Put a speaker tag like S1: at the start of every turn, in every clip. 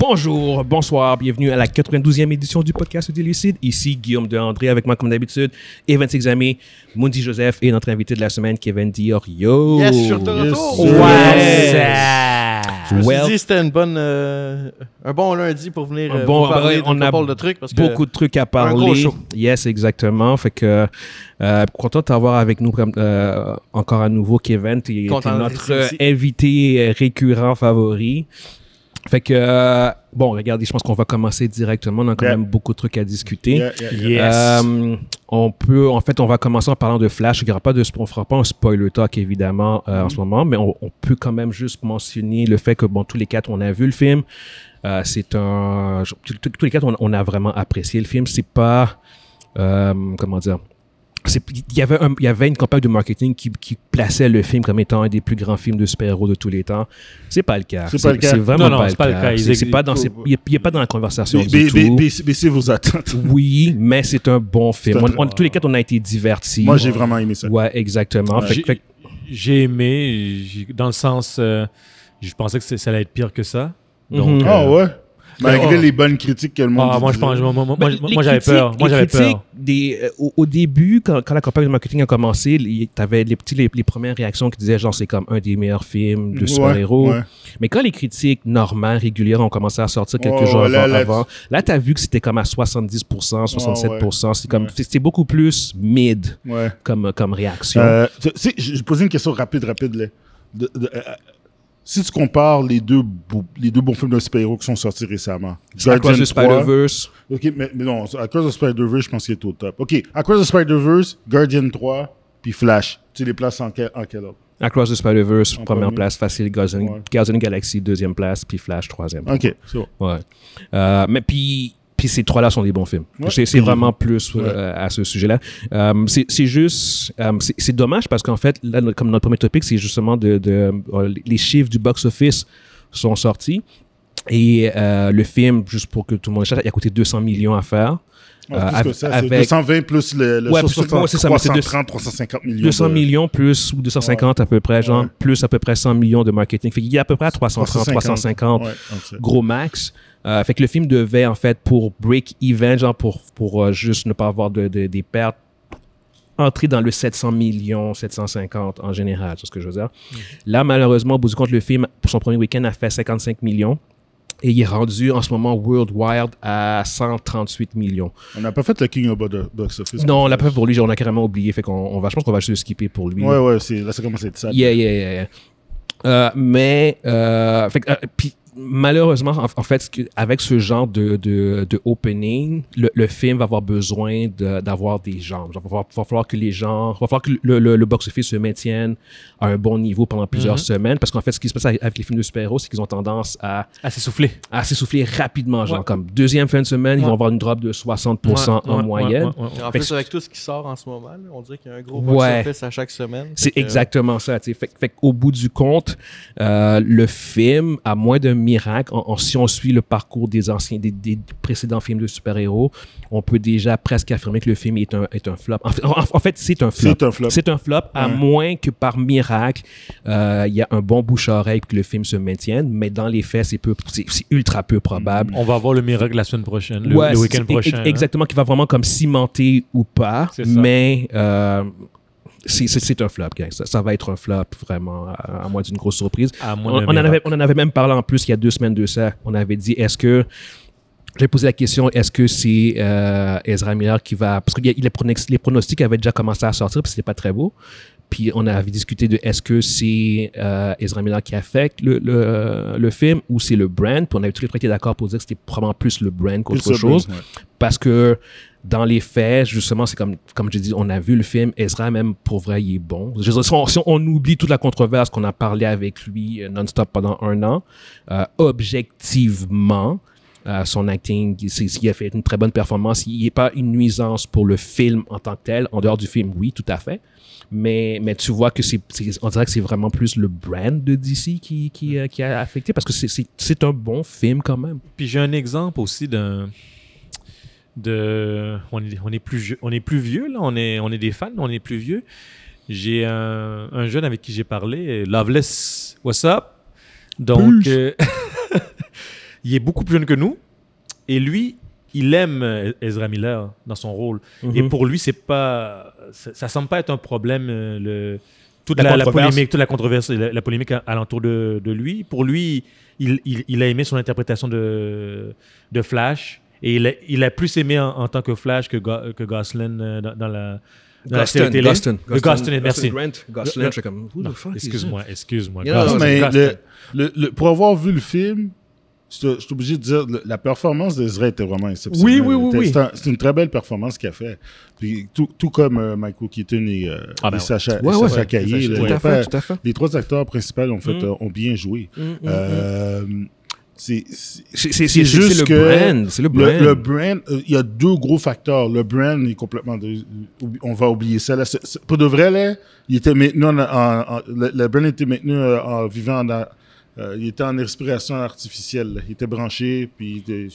S1: Bonjour, bonsoir, bienvenue à la 92e édition du podcast du Lucide. Ici Guillaume de André avec moi comme d'habitude, et 26 amis, Mundi Joseph et notre invité de la semaine, Kevin Diorio.
S2: Yes, je suis de retour.
S1: Ouais.
S2: Je me suis
S1: Well,
S2: dit c'était une bonne, euh, un bon lundi pour venir
S1: Un
S2: euh,
S1: bon-
S2: vous parler
S1: on
S2: on
S1: a
S2: couple de trucs. Parce que
S1: beaucoup de trucs à parler.
S2: gros show.
S1: Yes, exactement. Fait que euh, content de t'avoir avec nous euh, encore à nouveau, Kevin. T'es
S2: Content
S1: t'es
S2: d'être
S1: notre
S2: ici aussi.
S1: euh, invité euh, récurrent favori. Fait que euh, bon, regardez, je pense qu'on va commencer directement. On a quand
S3: Yeah.
S1: même beaucoup de trucs à discuter.
S3: Yeah, yeah, yeah. Um,
S1: Euh, on peut, en fait, on va commencer en parlant de Flash. Il y aura pas de, spo- on fera pas un spoiler talk évidemment euh, en ce moment, mais on, on peut quand même juste mentionner le fait que bon, tous les quatre, on a vu le film. Euh, c'est un, je- tous- tous tous les quatre, on, on a vraiment apprécié le film. C'est pas, euh, comment dire. c'est- Il y, avait un- il y avait une campagne de marketing qui, qui plaçait le film comme étant un des plus grands films de super-héros de tous les temps. C'est pas le cas.
S3: C'est pas le cas.
S1: C'est vraiment
S4: Non, non,
S1: pas,
S4: c'est
S1: le cas.
S4: Ils
S1: C'est- c'est
S4: ex-
S1: pas dans ces- Il n'est pas dans la conversation.
S3: Ba-
S1: du
S3: ba- ba-
S1: tout.
S3: ba- Baissez vos attentes.
S1: Oui, mais c'est un bon film.
S3: C'est un
S1: On- on- tous les quatre, on a été divertis.
S3: Moi, j'ai vraiment aimé ça.
S1: Ouais, exactement. Fait-
S4: J'ai-
S1: fait-
S4: J'ai aimé, j'ai- dans le sens, euh, je pensais que c'est- ça allait être pire que ça.
S1: Mhm.
S4: Donc, euh,
S3: Ah ouais? Malgré
S4: oh.
S3: les bonnes critiques que le monde
S4: ah, moi, je
S3: disait.
S4: pense, moi, moi- moi,
S1: Ben,
S4: moi,
S1: les
S4: moi, j'avais
S1: critiques-
S4: peur. Moi,
S1: les
S4: j'avais
S1: critiques
S4: peur.
S1: des- euh, au, au début, quand, quand la campagne de marketing a commencé, tu avais les, petits, les, les premières réactions qui disaient genre c'est comme un des meilleurs films de
S3: Ouais,
S1: super-héros.
S3: ouais.
S1: Mais quand les critiques normales, régulières ont commencé à sortir quelques
S3: Ouais,
S1: jours
S3: ouais, Oh, là,
S1: avant,
S3: là, Ah,
S1: avant, là, tu as vu que c'était comme à 70%, 67%. C'est comme,
S3: Ouais.
S1: c'est- c'est beaucoup plus mid
S3: Ouais.
S1: comme, comme réaction.
S3: Euh, tu sais, je je posais une question rapide, rapide. là. De- de- euh, si tu compares les deux, bou- les deux bons films de super-héros qui sont sortis récemment,
S1: Across the
S3: 3,
S1: Spider-Verse,
S3: OK, mais, mais non, Across the Spider-Verse, je pense qu'il est au top. OK, Across the Spider-Verse, Guardian 3, puis Flash. Tu les places en quel, en quel ordre?
S1: Across the Spider-Verse,
S3: En
S1: première
S3: premier.
S1: place, facile. Guardian,
S3: Ouais.
S1: Guardian Galaxy, deuxième place, puis Flash, troisième.
S3: OK, c'est bon.
S1: Ouais. Euh, mais puis, puis ces trois-là sont des bons films.
S3: Ouais.
S1: C'est c'est vraiment plus euh,
S3: Ouais.
S1: euh, à ce sujet-là. Euh, c'est c'est juste, euh, c'est- c'est dommage parce qu'en fait, là, notre- comme notre premier topic, c'est justement de, de euh, les chiffres du box-office sont sortis. Et euh, le film, juste pour que tout le monde le sache, il a coûté 200 millions à faire.
S3: Ouais,
S1: Euh,
S3: plus que
S1: avec-
S3: ça, c'est
S1: avec
S3: 220 plus le, le
S1: Ouais,
S3: sur-
S1: parce que moi, c'est ça, mais c'est
S3: 330, 350 millions.
S1: 200
S3: de-
S1: millions plus ou 250 à peu près, genre,
S3: Ouais.
S1: plus à peu près 100 millions de marketing. Fait qu'il y a à peu près à 330, 350
S3: Ouais, ok.
S1: gros max. Euh, fait que le film devait, en fait, pour break even, genre pour, pour euh, juste ne pas avoir de, de- des pertes, entrer dans le 700 millions, 750 en général, c'est ce que je veux dire.
S3: Mm.
S1: Là, malheureusement, au bout du compte, le film, pour son premier week-end, a fait 55 millions. Et il est rendu en ce moment worldwide à 138 millions.
S3: On n'a pas fait le King of Bo- Box Office.
S1: Non, la preuve pour lui, on a carrément oublié. Fait qu'on on va, je pense qu'on va juste skipper pour lui.
S3: Ouais, ouais, c'est- là, ça commence à être ça.
S1: Yeah, yeah, yeah, yeah. Euh, mais, euh, fait que, euh, puis, malheureusement, en, en fait, ce que- avec ce genre de, de, de opening, le, le film va avoir besoin de- d'avoir des jambes. Genre, va, falloir, va falloir que les gens, va falloir que le, le, le box-office se maintienne à un bon niveau pendant plusieurs
S4: Mm-hmm.
S1: semaines. Parce qu'en fait, ce qui se passe avec avec les films de super-héros, c'est qu'ils ont tendance à,
S4: Ah, c'est soufflé.
S1: à s'essouffler rapidement. Genre,
S4: Ouais.
S1: comme deuxième fin de semaine, ils
S4: Ouais.
S1: vont avoir une drop de 60%
S4: Ouais,
S1: en
S4: ouais,
S1: moyenne.
S4: ouais, ouais, ouais.
S2: En
S1: Fait
S2: plus,
S1: que-
S2: avec tout ce qui sort en ce moment, là, on dirait qu'il y a un gros
S1: Ouais.
S2: box-office à chaque semaine.
S1: C'est
S2: Fait que, euh,
S1: exactement ça. tu sais. Fait, fait au bout du compte, euh, le film, à moins d'un miracle, en- en- si on suit le parcours des anciens, des, des précédents films de super-héros, on peut déjà presque affirmer que le film est un, est un flop. En, fait- en- en fait, c'est un flop.
S3: C'est un flop.
S1: C'est un flop, à
S3: Ouais.
S1: moins que par miracle, euh, il y a un bon bouche-oreille que le film se maintienne. Mais dans les faits, c'est peu- c'est c'est ultra peu probable.
S4: On va voir le miracle la semaine prochaine, le,
S1: Ouais,
S4: le
S1: c'est-
S4: week-end
S1: c'est-
S4: prochain. hein.
S1: e- Exactement, qui va vraiment comme cimenter ou pas.
S4: C'est ça.
S1: Mais euh, c'est- c'est c'est un flop, gang. Ça, ça va être un flop, vraiment, à, à moins d'une grosse surprise.
S4: hein. À
S1: On,
S4: moins
S1: on
S4: d'un
S1: en
S4: miracle.
S1: avait, on en avait même parlé en plus il y a deux semaines de ça. On avait dit, est-ce que... J'ai posé la question, est-ce que c'est euh, Ezra Miller qui va... Parce que il y a- les, pronostics, les pronostics avaient déjà commencé à sortir, puis c'était pas très beau. Puis on avait discuté de est-ce que c'est euh, Ezra Miller qui affecte le, le, le film ou c'est le brand. Puis on avait tous les trois été d'accord pour dire que c'était probablement plus le brand qu'autre
S3: Plus ça, ben,
S1: chose
S3: ouais.
S1: parce que dans les faits, justement, c'est comme, comme j'ai dit, on a vu le film, Ezra, même pour vrai, il est bon. Je veux dire, si, on, si on oublie toute la controverse qu'on a parlé avec lui euh, non-stop pendant un an, euh, objectivement, euh, son acting, c'est- il a fait une très bonne performance. Il n'est pas une nuisance pour le film en tant que tel. En dehors du film, oui, tout à fait. Mais, mais tu vois que c'est, c'est- on dirait que c'est vraiment plus le brand de DC qui, qui, euh, qui a affecté parce que c'est- c'est c'est un bon film quand même.
S4: Puis j'ai un exemple aussi d'un de on est, on est plus jeu- on est plus vieux là, on est on est des fans, on est plus vieux. J'ai un, un jeune avec qui j'ai parlé, Loveless, what's up? Donc euh, il est beaucoup plus jeune que nous. Et lui, il aime euh, Ezra Miller dans son rôle. Et
S1: Mhm.
S4: pour lui, c'est pas, ça, ça semble pas être un problème euh, le toute
S1: La
S4: la, la
S1: controverse.
S4: polémique, toute la controverse, et la, la polémique à- alentour de, de lui. Pour lui, il, il- il a aimé son interprétation de, de Flash et il a, il a plus aimé en, en tant que Flash que, Go- que Gosling euh, dans, dans la dans la série
S1: Goston,
S4: télé.
S1: Goston,
S4: Le Goston, merci.
S1: Grant, Gosling,
S4: Le-
S1: je suis comme, who the fuck is
S4: Excuse-moi, excuse-moi.
S1: You know,
S4: Gosling,
S3: mais
S4: Gosling.
S3: le- le- le- pour avoir vu le film, je je suis obligé de dire le- la performance d'Ezra était vraiment exceptionnelle.
S4: Oui, oui, oui,
S3: C'était-
S4: oui.
S3: C'est un- c'est une très belle performance qu'il a fait. Puis tout, tout comme euh, Michael Keaton et, euh,
S4: Ah, ben
S3: et
S4: ouais.
S3: Sacha, et
S1: Ouais, ouais.
S3: Sacha Cahier,
S4: Sacha-
S3: là,
S1: this?
S3: il
S1: Tout
S3: a
S1: à fait,
S3: fait-
S1: tout à fait.
S3: les trois acteurs principaux ont, fait,
S1: Mm.
S3: euh, ont bien joué.
S1: Mm, mm, mm.
S3: Euh, c'est- c'est-
S1: C'est- C'est
S3: c'est
S1: c'est- c'est
S3: juste
S1: le
S3: que
S1: brand, c'est le brand.
S3: le, le brand, euh, il y a deux gros facteurs. Le brand est complètement. de- oubli- on va oublier ça. Là. C'est- c'est- pour de vrai, là, il était maintenu en, en- en- le, le brand était maintenu euh, en vivant dans. euh, il était en respiration artificielle. là. Il était branché, puis. il était-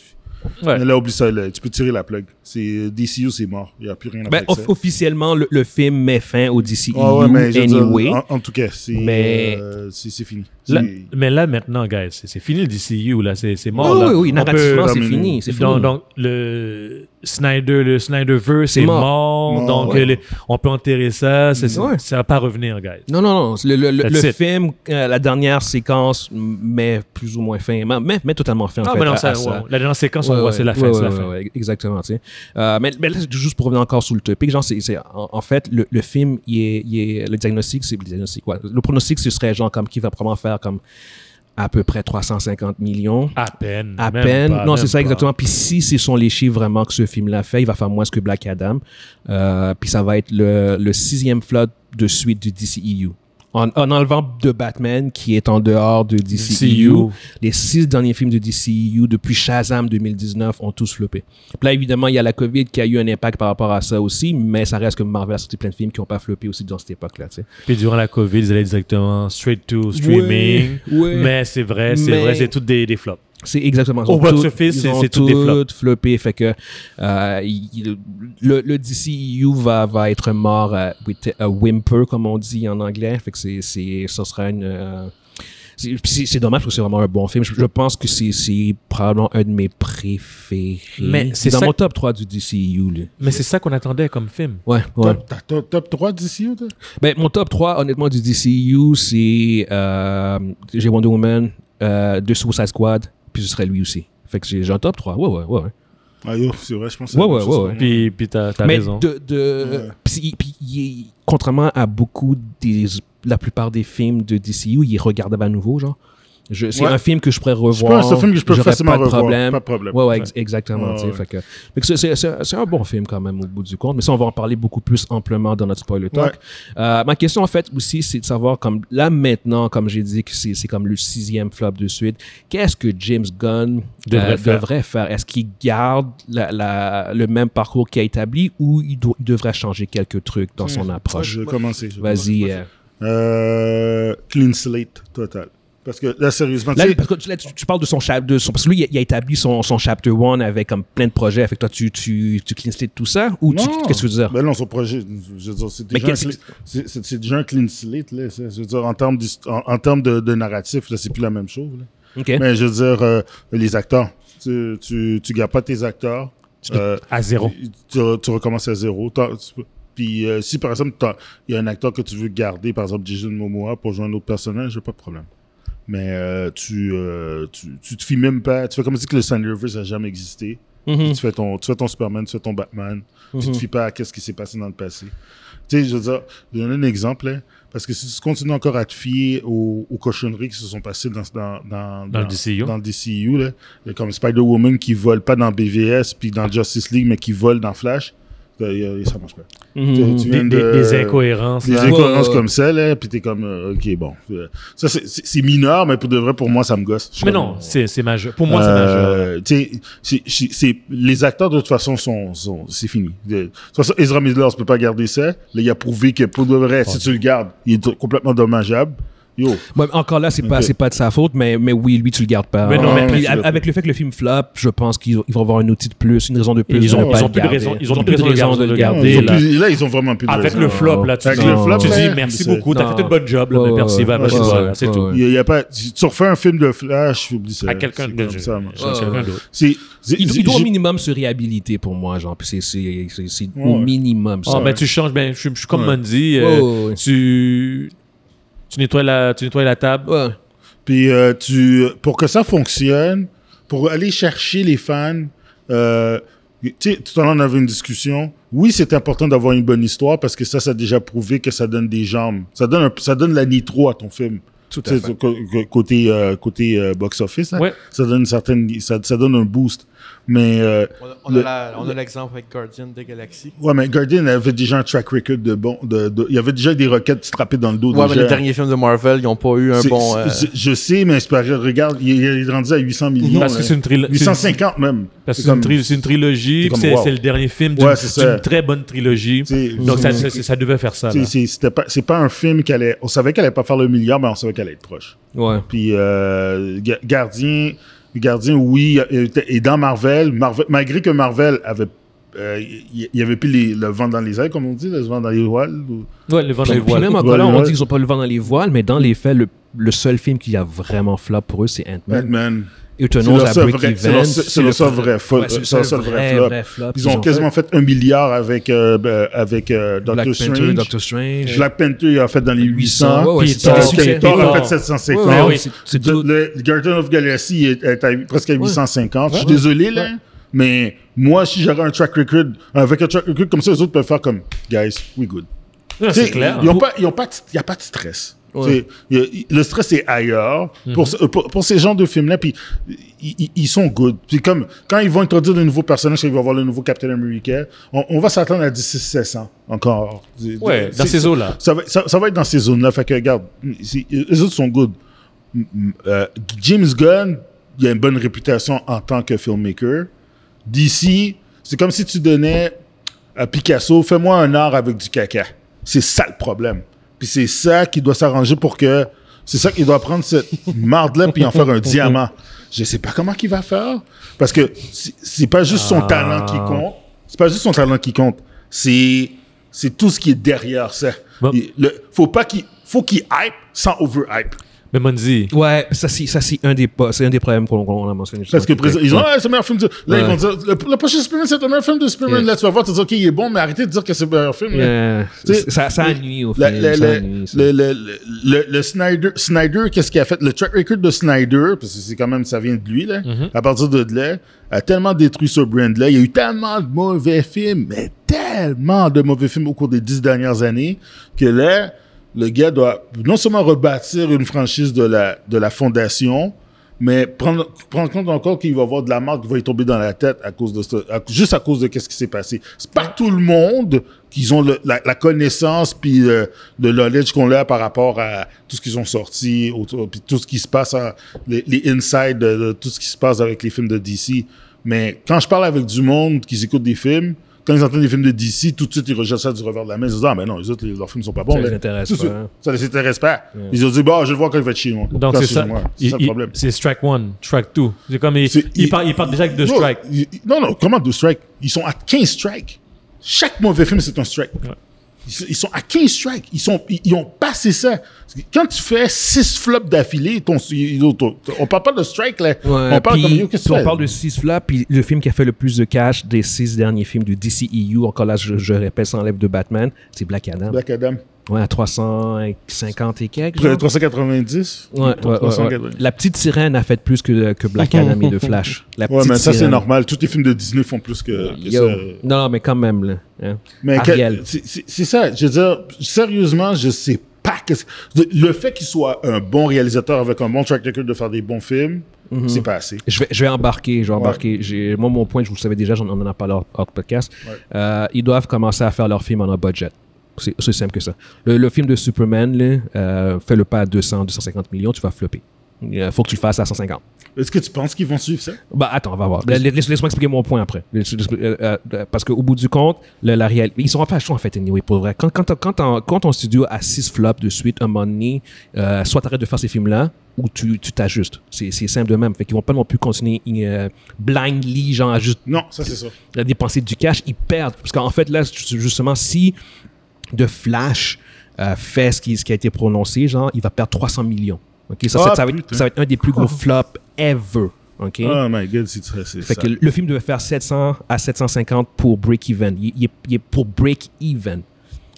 S4: Ouais.
S3: Mais là, oublie ça. là. Tu peux tirer la plug. C'est DCU, c'est mort. Il n'y a plus rien à
S1: Ben,
S3: faire. avec
S1: off-
S3: ça.
S1: officiellement, le, le film met fin au DCEU
S3: Ah ouais, mais je veux dire,
S1: anyway.
S3: en, en tout cas, c'est
S1: Mais-
S3: euh, c'est c'est fini.
S4: Là-
S3: C'est-
S4: mais là maintenant, guys, c'est c'est fini le DCU là, c'est c'est mort.
S1: oui,
S4: là.
S1: ah, oui, oui,
S4: On
S1: narrativement,
S3: peut-
S1: c'est
S3: terminer.
S1: fini. C'est fini.
S4: Donc, donc, le Snyder, le Snyderverse
S1: C'est
S4: est
S1: mort.
S4: mort.
S3: Mort,
S4: donc,
S3: ouais.
S4: euh, les- on peut enterrer ça. c'est- c'est-
S1: Ouais.
S4: Ça va pas revenir, guys.
S1: non, non, non. Le, le- le-
S4: That's
S1: le
S4: it.
S1: film, euh, la dernière séquence met plus ou moins fin, mais, mais totalement fin. en
S4: Ah,
S1: fait,
S4: mais non,
S1: à-
S4: ça,
S1: à ça.
S4: ouais, la dernière séquence, on
S1: Ouais,
S4: voit,
S1: ouais,
S4: c'est la fin.
S1: ouais,
S4: c'est la
S1: ouais,
S4: fin.
S1: ouais, ouais, exactement, tu sais. Euh, mais, mais là, juste pour revenir encore sur le topic, genre, c'est, c'est- en, en fait, le, le film, il est, il est- le diagnostic, c'est le diagnostic, ouais. Le pronostic, ce serait genre comme qui va probablement faire comme à peu près 350 millions.
S4: À peine.
S1: À
S4: même
S1: peine.
S4: pas,
S1: non,
S4: même
S1: c'est ça
S4: pas.
S1: exactement. Puis si ce sont les chiffres vraiment que ce film-là fait, il va faire moins que Black Adam. Euh, puis ça va être le, le sixième flot de suite du DCEU. En, en enlevant de Batman, qui est en dehors de DCEU,
S4: DCU.
S1: les six derniers films du DCEU E depuis Shazam 2019 ont tous floppé. Puis là, évidemment, il y a la COVID qui a eu un impact par rapport à ça aussi, mais ça reste que Marvel a sorti plein de films qui n'ont pas floppé aussi dans cette époque-là. tu sais.
S4: Puis durant la COVID, ils allaient directement straight to streaming.
S1: Ouais, ouais.
S4: Mais c'est vrai, c'est
S1: Mais-
S4: vrai, c'est toutes des, des flops.
S1: C'est exactement ça.
S4: Au
S1: Ils ont
S4: box-office,
S1: tout-
S4: c'est-
S1: ils ont
S4: c'est tout des flops.
S1: floppé. Fait que euh, il- le, le DCEU va, va être mort à, with a whimper, comme on dit en anglais. Fait que c'est, c'est, ça sera une. euh, c'est, puis c'est- c'est dommage parce que c'est vraiment un bon film. Je, je pense que c'est, c'est probablement un de mes préférés.
S4: Mais c'est
S1: dans
S4: ça
S1: mon
S4: que-
S1: top 3 du DCEU. Là.
S4: Mais c'est ça qu'on attendait comme film.
S1: Ouais, ouais.
S3: Top, t'as- top, top 3 DCU, toi?
S1: Ben, mon top 3, honnêtement, du DCU, c'est. euh, j'ai Wonder Woman, euh, The Suicide Squad, puis ce serait lui aussi. Fait que j'ai, j'ai un top 3. Ouais, ouais, ouais. ouais.
S3: Ah, yo, c'est vrai, je pense que
S1: Ouais,
S3: c'est la
S1: ouais,
S3: même chose
S1: ouais,
S3: pour
S1: ouais.
S3: moi.
S4: Puis, puis t'as t'as
S1: Mais
S4: raison.
S1: de. de
S3: Ouais.
S1: puis- puis il est- contrairement à beaucoup des. La plupart des films de DCU, il est regardable à nouveau, genre. Je, c'est
S3: Ouais.
S1: un film que je pourrais revoir.
S3: C'est pas un seul film que je peux
S1: j'aurais
S3: facilement
S1: pas de
S3: revoir.
S1: problème.
S3: Pas de problème.
S1: Ouais, ouais, ex- exactement.
S3: Ouais,
S1: tu sais,
S3: ouais.
S1: fait que- fait que c'est- c'est- c'est c'est un bon film quand même au bout du compte, mais ça, on va en parler beaucoup plus amplement dans notre spoiler talk.
S3: Ouais.
S1: Euh, ma question en fait aussi, c'est de savoir comme là maintenant, comme j'ai dit que c'est c'est comme le sixième flop de suite, qu'est-ce que James Gunn euh,
S4: Devrait faire.
S1: devrait faire Est-ce qu'il garde la- la- le même parcours qu'il a établi ou il, doit- il devrait changer quelques trucs dans
S3: Hmm.
S1: son
S2: euh,
S1: approche
S3: Je vais commencer. je vais
S1: Vas-y. euh,
S3: Euh, clean slate total. Parce que là, sérieusement, tu
S1: Là,
S3: sais,
S1: parce que tu- là, tu, tu parles de son chapitre, de son- parce que lui, il a, il a établi son, son chapter 1 avec comme plein de projets. Fait que toi, tu, tu, tu clean slate tout ça ou tu-
S3: non.
S1: qu'est-ce que tu veux dire?
S3: Ben non, son projet, je veux dire, c'est
S1: Mais
S3: déjà, un
S1: qu'est-ce
S3: cli- c'est- c'est- c'est déjà un clean slate, là. c'est- Je veux dire, en termes, d'hist- en, en termes de, de narratif, là, c'est plus la même chose. là.
S1: Ok.
S3: Mais je veux dire, euh, les acteurs, tu, tu, tu gardes pas tes acteurs. euh,
S4: À zéro.
S3: tu, tu recommences à zéro. T'as- tu- Puis euh, si, par exemple, t'as- il y a un acteur que tu veux garder, par exemple, Jason Momoa, pour jouer un autre personnage, j'ai pas de problème. Mais euh, tu, euh, tu, tu te fies même pas. Tu fais comme si que le Snyderverse a jamais existé.
S1: Mhm.
S3: Tu fais ton, tu fais ton Superman, tu fais ton Batman. Tu
S1: Mhm.
S3: te fies pas à qu'est-ce qui s'est passé dans le passé. Tu sais, je veux dire, je vais donner un exemple, hein, parce que si tu continues encore à te fier aux, aux cochonneries qui se sont passées dans, dans, dans,
S4: Dans le DCU.
S3: dans le DCU, là, il y a comme Spider-Woman qui vole pas dans BVS, puis dans Justice League, mais qui vole dans Flash, euh, il y a- ça marche pas.
S1: Mhm.
S3: Tu
S4: Des,
S3: viens
S4: des-
S3: de-
S4: des incohérences.
S3: Des
S4: là.
S1: Ouais,
S3: incohérences
S1: ouais, ouais.
S3: comme ça, là, puis t'es comme, euh, ok, bon. euh, Ça, c'est- c'est c'est mineur, mais pour de vrai, pour moi, ça me gosse. Je suis
S4: Mais
S3: comme,
S4: non, c'est c'est majeur. Pour moi, c'est majeur.
S3: euh, tu sais, c'est- c'est- c'est- les acteurs, de toute façon, sont, sont- c'est fini. De, de toute façon, Ezra Miller, tu peux pas garder ça. Là, il a prouvé que pour de vrai, si tu le gardes, il est complètement dommageable. Yo.
S1: Ouais, mais encore là, c'est pas,
S3: Ok.
S1: c'est pas de sa faute, mais, mais oui, lui, tu le gardes pas.
S4: Mais non,
S1: Ouais.
S4: mais-
S1: Puis,
S3: mais-
S1: a- avec le fait que le film flop, je pense qu'ils ils vont avoir un outil de plus, une raison de plus.
S4: Ils
S1: de
S4: ont-
S1: ne pas
S4: ils ont
S1: le
S4: plus de
S1: garder.
S4: raison- ils ont plus de raison de le
S3: Non,
S4: garder,
S3: ils ont
S4: là.
S3: plus- là, ils ont vraiment plus de
S4: Avec
S3: raison.
S4: le
S1: Non.
S4: flop, là, tu
S3: Avec
S4: dis,
S3: le flop,
S4: tu
S3: là,
S4: dis merci
S3: c'est-
S4: beaucoup, t'as
S1: Non.
S4: fait une bonne job, là,
S1: Ouais,
S4: mais
S1: ouais,
S4: merci, va,
S1: ouais,
S4: va,
S1: ouais,
S4: voilà,
S1: ouais,
S4: c'est
S1: ouais,
S4: tout.
S1: ouais.
S3: Il y a- il y a pas, tu tu refais un film de Flash, oublie ça.
S4: À quelqu'un
S3: C'est
S4: de-
S3: comme ça, man.
S4: à quelqu'un d'autre.
S3: C'est- c'est-
S1: Il,
S3: c'est-
S1: il doit au
S3: j'ai-
S1: minimum se réhabiliter pour moi, genre. Puis c'est- c'est c'est- c'est au
S3: Ouais.
S1: minimum ça.
S4: Ah, ben, tu changes, ben, je suis- je suis comme
S3: Ouais.
S4: Mandy,
S1: Ouais,
S4: euh,
S1: ouais, ouais.
S4: tu, tu, nettoies la, tu nettoies la table.
S1: Ouais.
S3: Puis euh, tu, pour que ça fonctionne, pour aller chercher les fans, euh, tu sais, tout à l'heure on avait une discussion. Oui, c'est important d'avoir une bonne histoire parce que ça, ça a déjà prouvé que ça donne des jambes. Ça donne, un- ça donne la nitro à ton film.
S1: Tout à
S3: Tu sais,
S1: fait.
S3: co- co- côté euh, côté euh, box office, là.
S4: Ouais.
S3: ça donne une certaine, ça, ça donne un boost. Mais euh,
S2: On a- on
S3: Le-
S2: a la- on a l'exemple avec Guardian des Galaxies.
S3: ouais, mais Guardian avait déjà un track record de bon, de, de- il y avait déjà des roquettes strappées dans le dos.
S2: Ouais, mais
S3: déjà.
S2: les derniers films de Marvel, ils n'ont pas eu un
S3: C'est-
S2: bon. euh,
S3: c'est- Je sais, mais c'est pas- regarde, il, il est rendu à 800 millions. hein.
S4: Parce que
S3: là.
S4: c'est une trilogie.
S3: 850 même.
S4: Parce que
S3: C'est
S4: c'est
S3: comme-
S4: une, tri- c'est une trilogie,
S3: c'est
S4: puis
S3: comme,
S4: c'est
S3: wow.
S4: c'est le dernier film d'une
S3: Ouais, c'est ça.
S4: d'une très bonne trilogie.
S3: C'est-
S4: Donc ça,
S3: c'est-
S4: ça, ça devait faire ça.
S3: c'est-
S4: là.
S3: c'est- c'était pas- C'est pas un film qu'elle allait. On savait qu'elle allait pas faire le milliard, mais on savait qu'elle allait être proche.
S1: Ouais.
S3: Puis euh, Ga- Gardien, Gardien, oui, il était- et dans Marvel, Marvel- malgré que Marvel avait, euh, il il y, avait plus les- le vent dans les ailes, comme on dit, le vent dans les voiles. ou-
S4: Ouais, le vent dans
S1: Puis,
S4: les
S1: puis
S4: voiles.
S1: même
S3: Ouais,
S1: encore là, on
S3: ouais.
S1: dit qu'ils ont pas le vent dans les voiles, mais dans les faits, le, le seul film qui a vraiment flop pour eux, c'est Ant-Man.
S3: Ant-Man.
S1: Et
S3: C'est
S1: tenons
S3: leur
S1: à
S3: seul
S1: Break
S3: vrai- c'est
S1: Event,
S3: leur seul- c'est leur seul vrai flop.
S1: Ouais, c'est le
S3: C'est leur
S1: seul
S3: seul
S1: vrai,
S3: vrai flop.
S1: vrai flop
S3: Ils
S1: qu'ils
S3: ont quasiment
S1: fait.
S3: fait un milliard avec, euh, euh, avec euh, Doctor
S1: Black
S3: Strange.
S1: Panther, Doctor Strange.
S3: Black Panther, il a fait dans les 800.
S1: Ouais, ouais,
S4: puis
S1: c'est
S4: Thor,
S1: des
S3: Thor,
S1: succès.
S4: Thor,
S3: Thor a
S4: Thor.
S3: fait 750.
S1: Ouais, ouais, ouais,
S4: oui.
S1: c'est- c'est
S3: De-
S1: tout-
S3: le Guardian of Galaxy est, est à- presque à 850. Je suis
S1: Ouais.
S3: désolé, là.
S1: Ouais.
S3: Mais moi, si j'avais un track record, avec un track record comme ça, les autres peuvent faire comme Guys, we good.
S4: Ouais,
S3: Tu
S4: C'est
S3: sais,
S4: clair.
S3: Ils ont pas, ils ont pas, de- il n'y a pas de stress.
S1: Ouais. Mhm.
S3: Tu sais, il y a- il- le stress est ailleurs. pour, ce- pour, pour ces genres de films-là, puis ils- ils- ils sont good. Puis comme quand ils vont introduire de nouveaux personnages, quand ils vont avoir le nouveau Captain America, on, on va s'attendre à 16 700 encore.
S4: Ouais, dans
S3: C'est-
S4: ces eaux-là.
S3: ça va, ça, ça va être dans ces zones-là. Fait que, regarde, c'est- les autres sont good. Mm, mm, euh, James Gunn, il a une bonne réputation en tant que filmmaker. DC, c'est comme si tu donnais à Euh, Picasso, fais-moi un art avec du caca. C'est ça le problème. Puis c'est ça qui doit s'arranger pour que. C'est ça qu'il doit prendre cette marde-là puis en faire un diamant. Je sais pas comment qu'il va faire. Parce que c'est- c'est pas juste son
S4: Ah.
S3: talent qui compte. C'est pas juste son talent qui compte. C'est c'est tout ce qui est derrière ça.
S4: Bon.
S3: Il- le- faut pas qu'il faut qu'il hype sans overhype.
S4: Mais Monzi,
S1: Ouais, ça c'est ça, c'est un des po- c'est un des problèmes qu'on qu'on a mentionné.
S3: Parce que
S1: justement.
S3: présent- ils ont ah, c'est le meilleur film. De... Là
S1: Ouais.
S3: ils vont dire le, le prochain Superman c'est le meilleur film de Superman.
S1: Yeah.
S3: Là tu vas voir tu vas dire ok il est bon mais arrêtez de dire que c'est le meilleur film. là.
S1: Yeah.
S3: Tu sais,
S1: Ça ça
S3: le-
S1: ennuie au
S3: La-
S1: film.
S3: la-
S1: ça
S3: la-
S1: ennuie, ça.
S3: le, le- le- le- le Snyder, Snyder qu'est-ce qu'il a fait? Le track record de Snyder, parce que c'est quand même, ça vient de lui, là,
S1: Mhm.
S3: à partir de là, a tellement détruit ce brand-là. Il y a eu tellement de mauvais films, mais tellement de mauvais films au cours des dix dernières années, que là, le gars doit non seulement rebâtir une franchise de la, de la fondation, mais prendre, prendre compte encore qu'il va avoir de la marque qui va lui tomber dans la tête à cause de ce- à- juste à cause de qu'est-ce qui s'est passé. C'est pas tout le monde qu'ils ont le- la, la connaissance puis euh, le knowledge qu'on a par rapport à tout ce qu'ils ont sorti, autour, puis tout ce qui se passe, en- les, les insides de, de tout ce qui se passe avec les films de DC. Mais quand je parle avec du monde qui écoute des films, quand ils entendent des films de DC, tout de suite ils rejettent ça du revers de la main. Ils se disent ah mais non, les autres les- leurs films sont pas bons.
S1: Ça les
S3: là.
S1: intéresse
S3: Tout de
S1: pas.
S3: suite, ça les intéresse pas. Ils ont dit bon, je vais voir quand il va être chez moi.
S4: hein. donc
S3: Quand
S4: c'est
S3: chez
S4: ça.
S3: moi. C'est
S4: Il-
S3: ça le
S4: il-
S3: problème.
S4: C'est strike one, strike two. C'est comme il,
S3: C'est-
S4: il, part, il part déjà avec deux
S3: Non,
S4: strikes.
S3: il- Non, non, comment deux strikes Ils sont à 15 strikes. Chaque mauvais film, c'est un strike. Ils, sont- ils sont à 15 strikes. Ils, sont, ils, ils ont passé ça. Parce que Quand tu fais 6 flops d'affilée, ton, ton- ton- on parle pas de strike, là.
S1: Ouais,
S3: on parle
S1: puis-
S3: comme yo,
S1: puis
S3: qu'est-ce que tu
S1: on
S3: fais?
S1: parle de 6 flops, puis le film qui a fait le plus de cash des 6 derniers films du DCEU, encore là, je, je répète, sans lèvres de Batman, c'est Black Adam.
S3: Black Adam.
S1: Ouais, à 350 et quelques.
S3: Près
S1: genre.
S3: de 390
S1: Ouais, ouais, ouais, ouais.
S3: 380.
S1: La petite sirène a fait plus que, que Black Adam et de Flash. La
S3: Ouais,
S1: petite
S3: mais ça, c'est
S1: sirène.
S3: normal. Tous les films de Disney font plus que, que
S1: hein. Yo.
S3: ça.
S1: Non, mais quand même, là. hein.
S3: Mais que-
S1: Ariel.
S3: c'est- c'est c'est ça. Je veux dire, sérieusement, je sais pas qu'est-ce- Le fait qu'il soit un bon réalisateur avec un bon track record de faire des bons films,
S1: Mhm.
S3: c'est pas assez.
S1: Je vais, je vais embarquer, je vais embarquer. J'ai- Moi, mon point, je vous le savais déjà, j'en- on en a parlé hors, hors podcast. Euh, ils doivent commencer à faire leur film en un budget. C'est aussi simple que ça. Le, le film de Superman, là, euh, fais le pas à 200, 250 millions, tu vas flopper. Il faut que tu le fasses à 150.
S3: Est-ce que tu penses qu'ils vont suivre ça?
S1: Bah attends, on va voir. Laisse- laisse- Laisse-moi expliquer mon point après. Laisse- laisse- euh, euh, euh, Parce qu'au bout du compte, le- la réalité, ils sont pas à chaud en fait, anyway, pour vrai. Quand, quand, t'as- quand, t'en- quand ton studio a six flops de suite, un moment donné, euh, soit t'arrêtes de faire ces films-là, ou tu tu t'ajustes. C'est c'est simple de même. Fait qu'ils vont pas non plus continuer euh, blindly, genre à juste
S3: Non, ça, c'est ça.
S1: à dépenser du cash, ils perdent. Parce qu'en fait, là, ju- justement, si de Flash euh, fait ce qui, ce qui a été prononcé, genre, il va perdre 300 millions. Ok, Ça,
S3: Ah,
S1: ça, ça va être,
S3: putain.
S1: ça va être un des plus gros flops ever. ok
S3: Oh my god, c'est ça. c'est
S1: fait
S3: ça.
S1: que le- le film devait faire 700 à 750 pour break even. Il, il est, il est pour break even.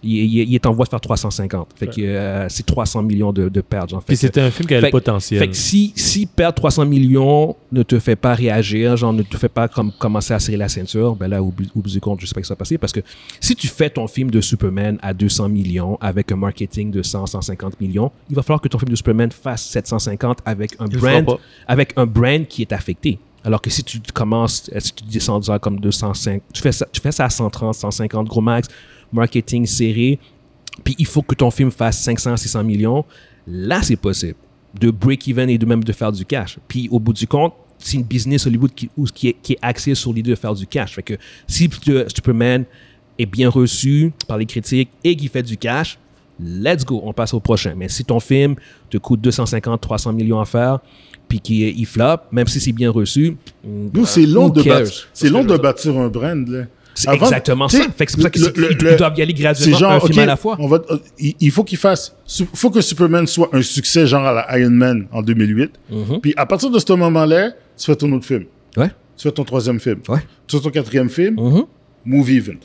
S1: Il, est- il est- il est en voie de faire 350. Fait que euh, c'est 300 millions de, de pertes. genre. Fait
S4: Puis
S1: que-
S4: c'était un film qui avait
S1: fait-
S4: le potentiel.
S1: fait que si, si perdre 300 millions ne te fait pas réagir, genre ne te fait pas comme, commencer à serrer la ceinture, ben là, au bout, au bout du compte, je sais pas ce qui va passer. Parce que si tu fais ton film de Superman à 200 millions avec un marketing de 100, 150 millions, il va falloir que ton film de Superman fasse 750 avec un,
S2: le fera
S1: brand,
S2: pas.
S1: avec un brand qui est affecté. Alors que si tu commences, euh, si tu descends genre comme 205, tu fais ça, tu fais ça à 130, 150 gros max, marketing serré, puis il faut que ton film fasse 500, 600 millions, là, c'est possible de break-even et de même de faire du cash. Puis au bout du compte, c'est une business Hollywood qui, ou- qui, est, qui est axée sur l'idée de faire du cash. Fait que si tu- Superman est bien reçu par les critiques et qu'il fait du cash, let's go, on passe au prochain. Mais si ton film te coûte 250, 300 millions à faire, puis qu'il il flop, même si c'est bien reçu,
S3: Nous, c'est long,
S1: who
S3: de,
S1: cares?
S3: bâtir- c'est long de bâtir un brand. Là.
S1: C'est
S3: Avant-
S1: exactement
S3: tu
S1: ça.
S3: sais,
S1: Fait que c'est pour ça qu'ils
S3: le- le-
S1: ils doivent y aller graduellement,
S3: c'est genre,
S1: un film
S3: OK,
S1: à la fois.
S3: On va, euh, il il faut qu'il fasse. Il faut que Superman soit un succès, genre à la Iron Man en 2008.
S1: Mhm.
S3: Puis à partir de ce moment-là, tu fais ton autre film.
S1: Ouais,
S3: Tu fais ton troisième film.
S1: ouais.
S3: Tu fais ton quatrième film.
S1: Mhm.
S3: Movie event.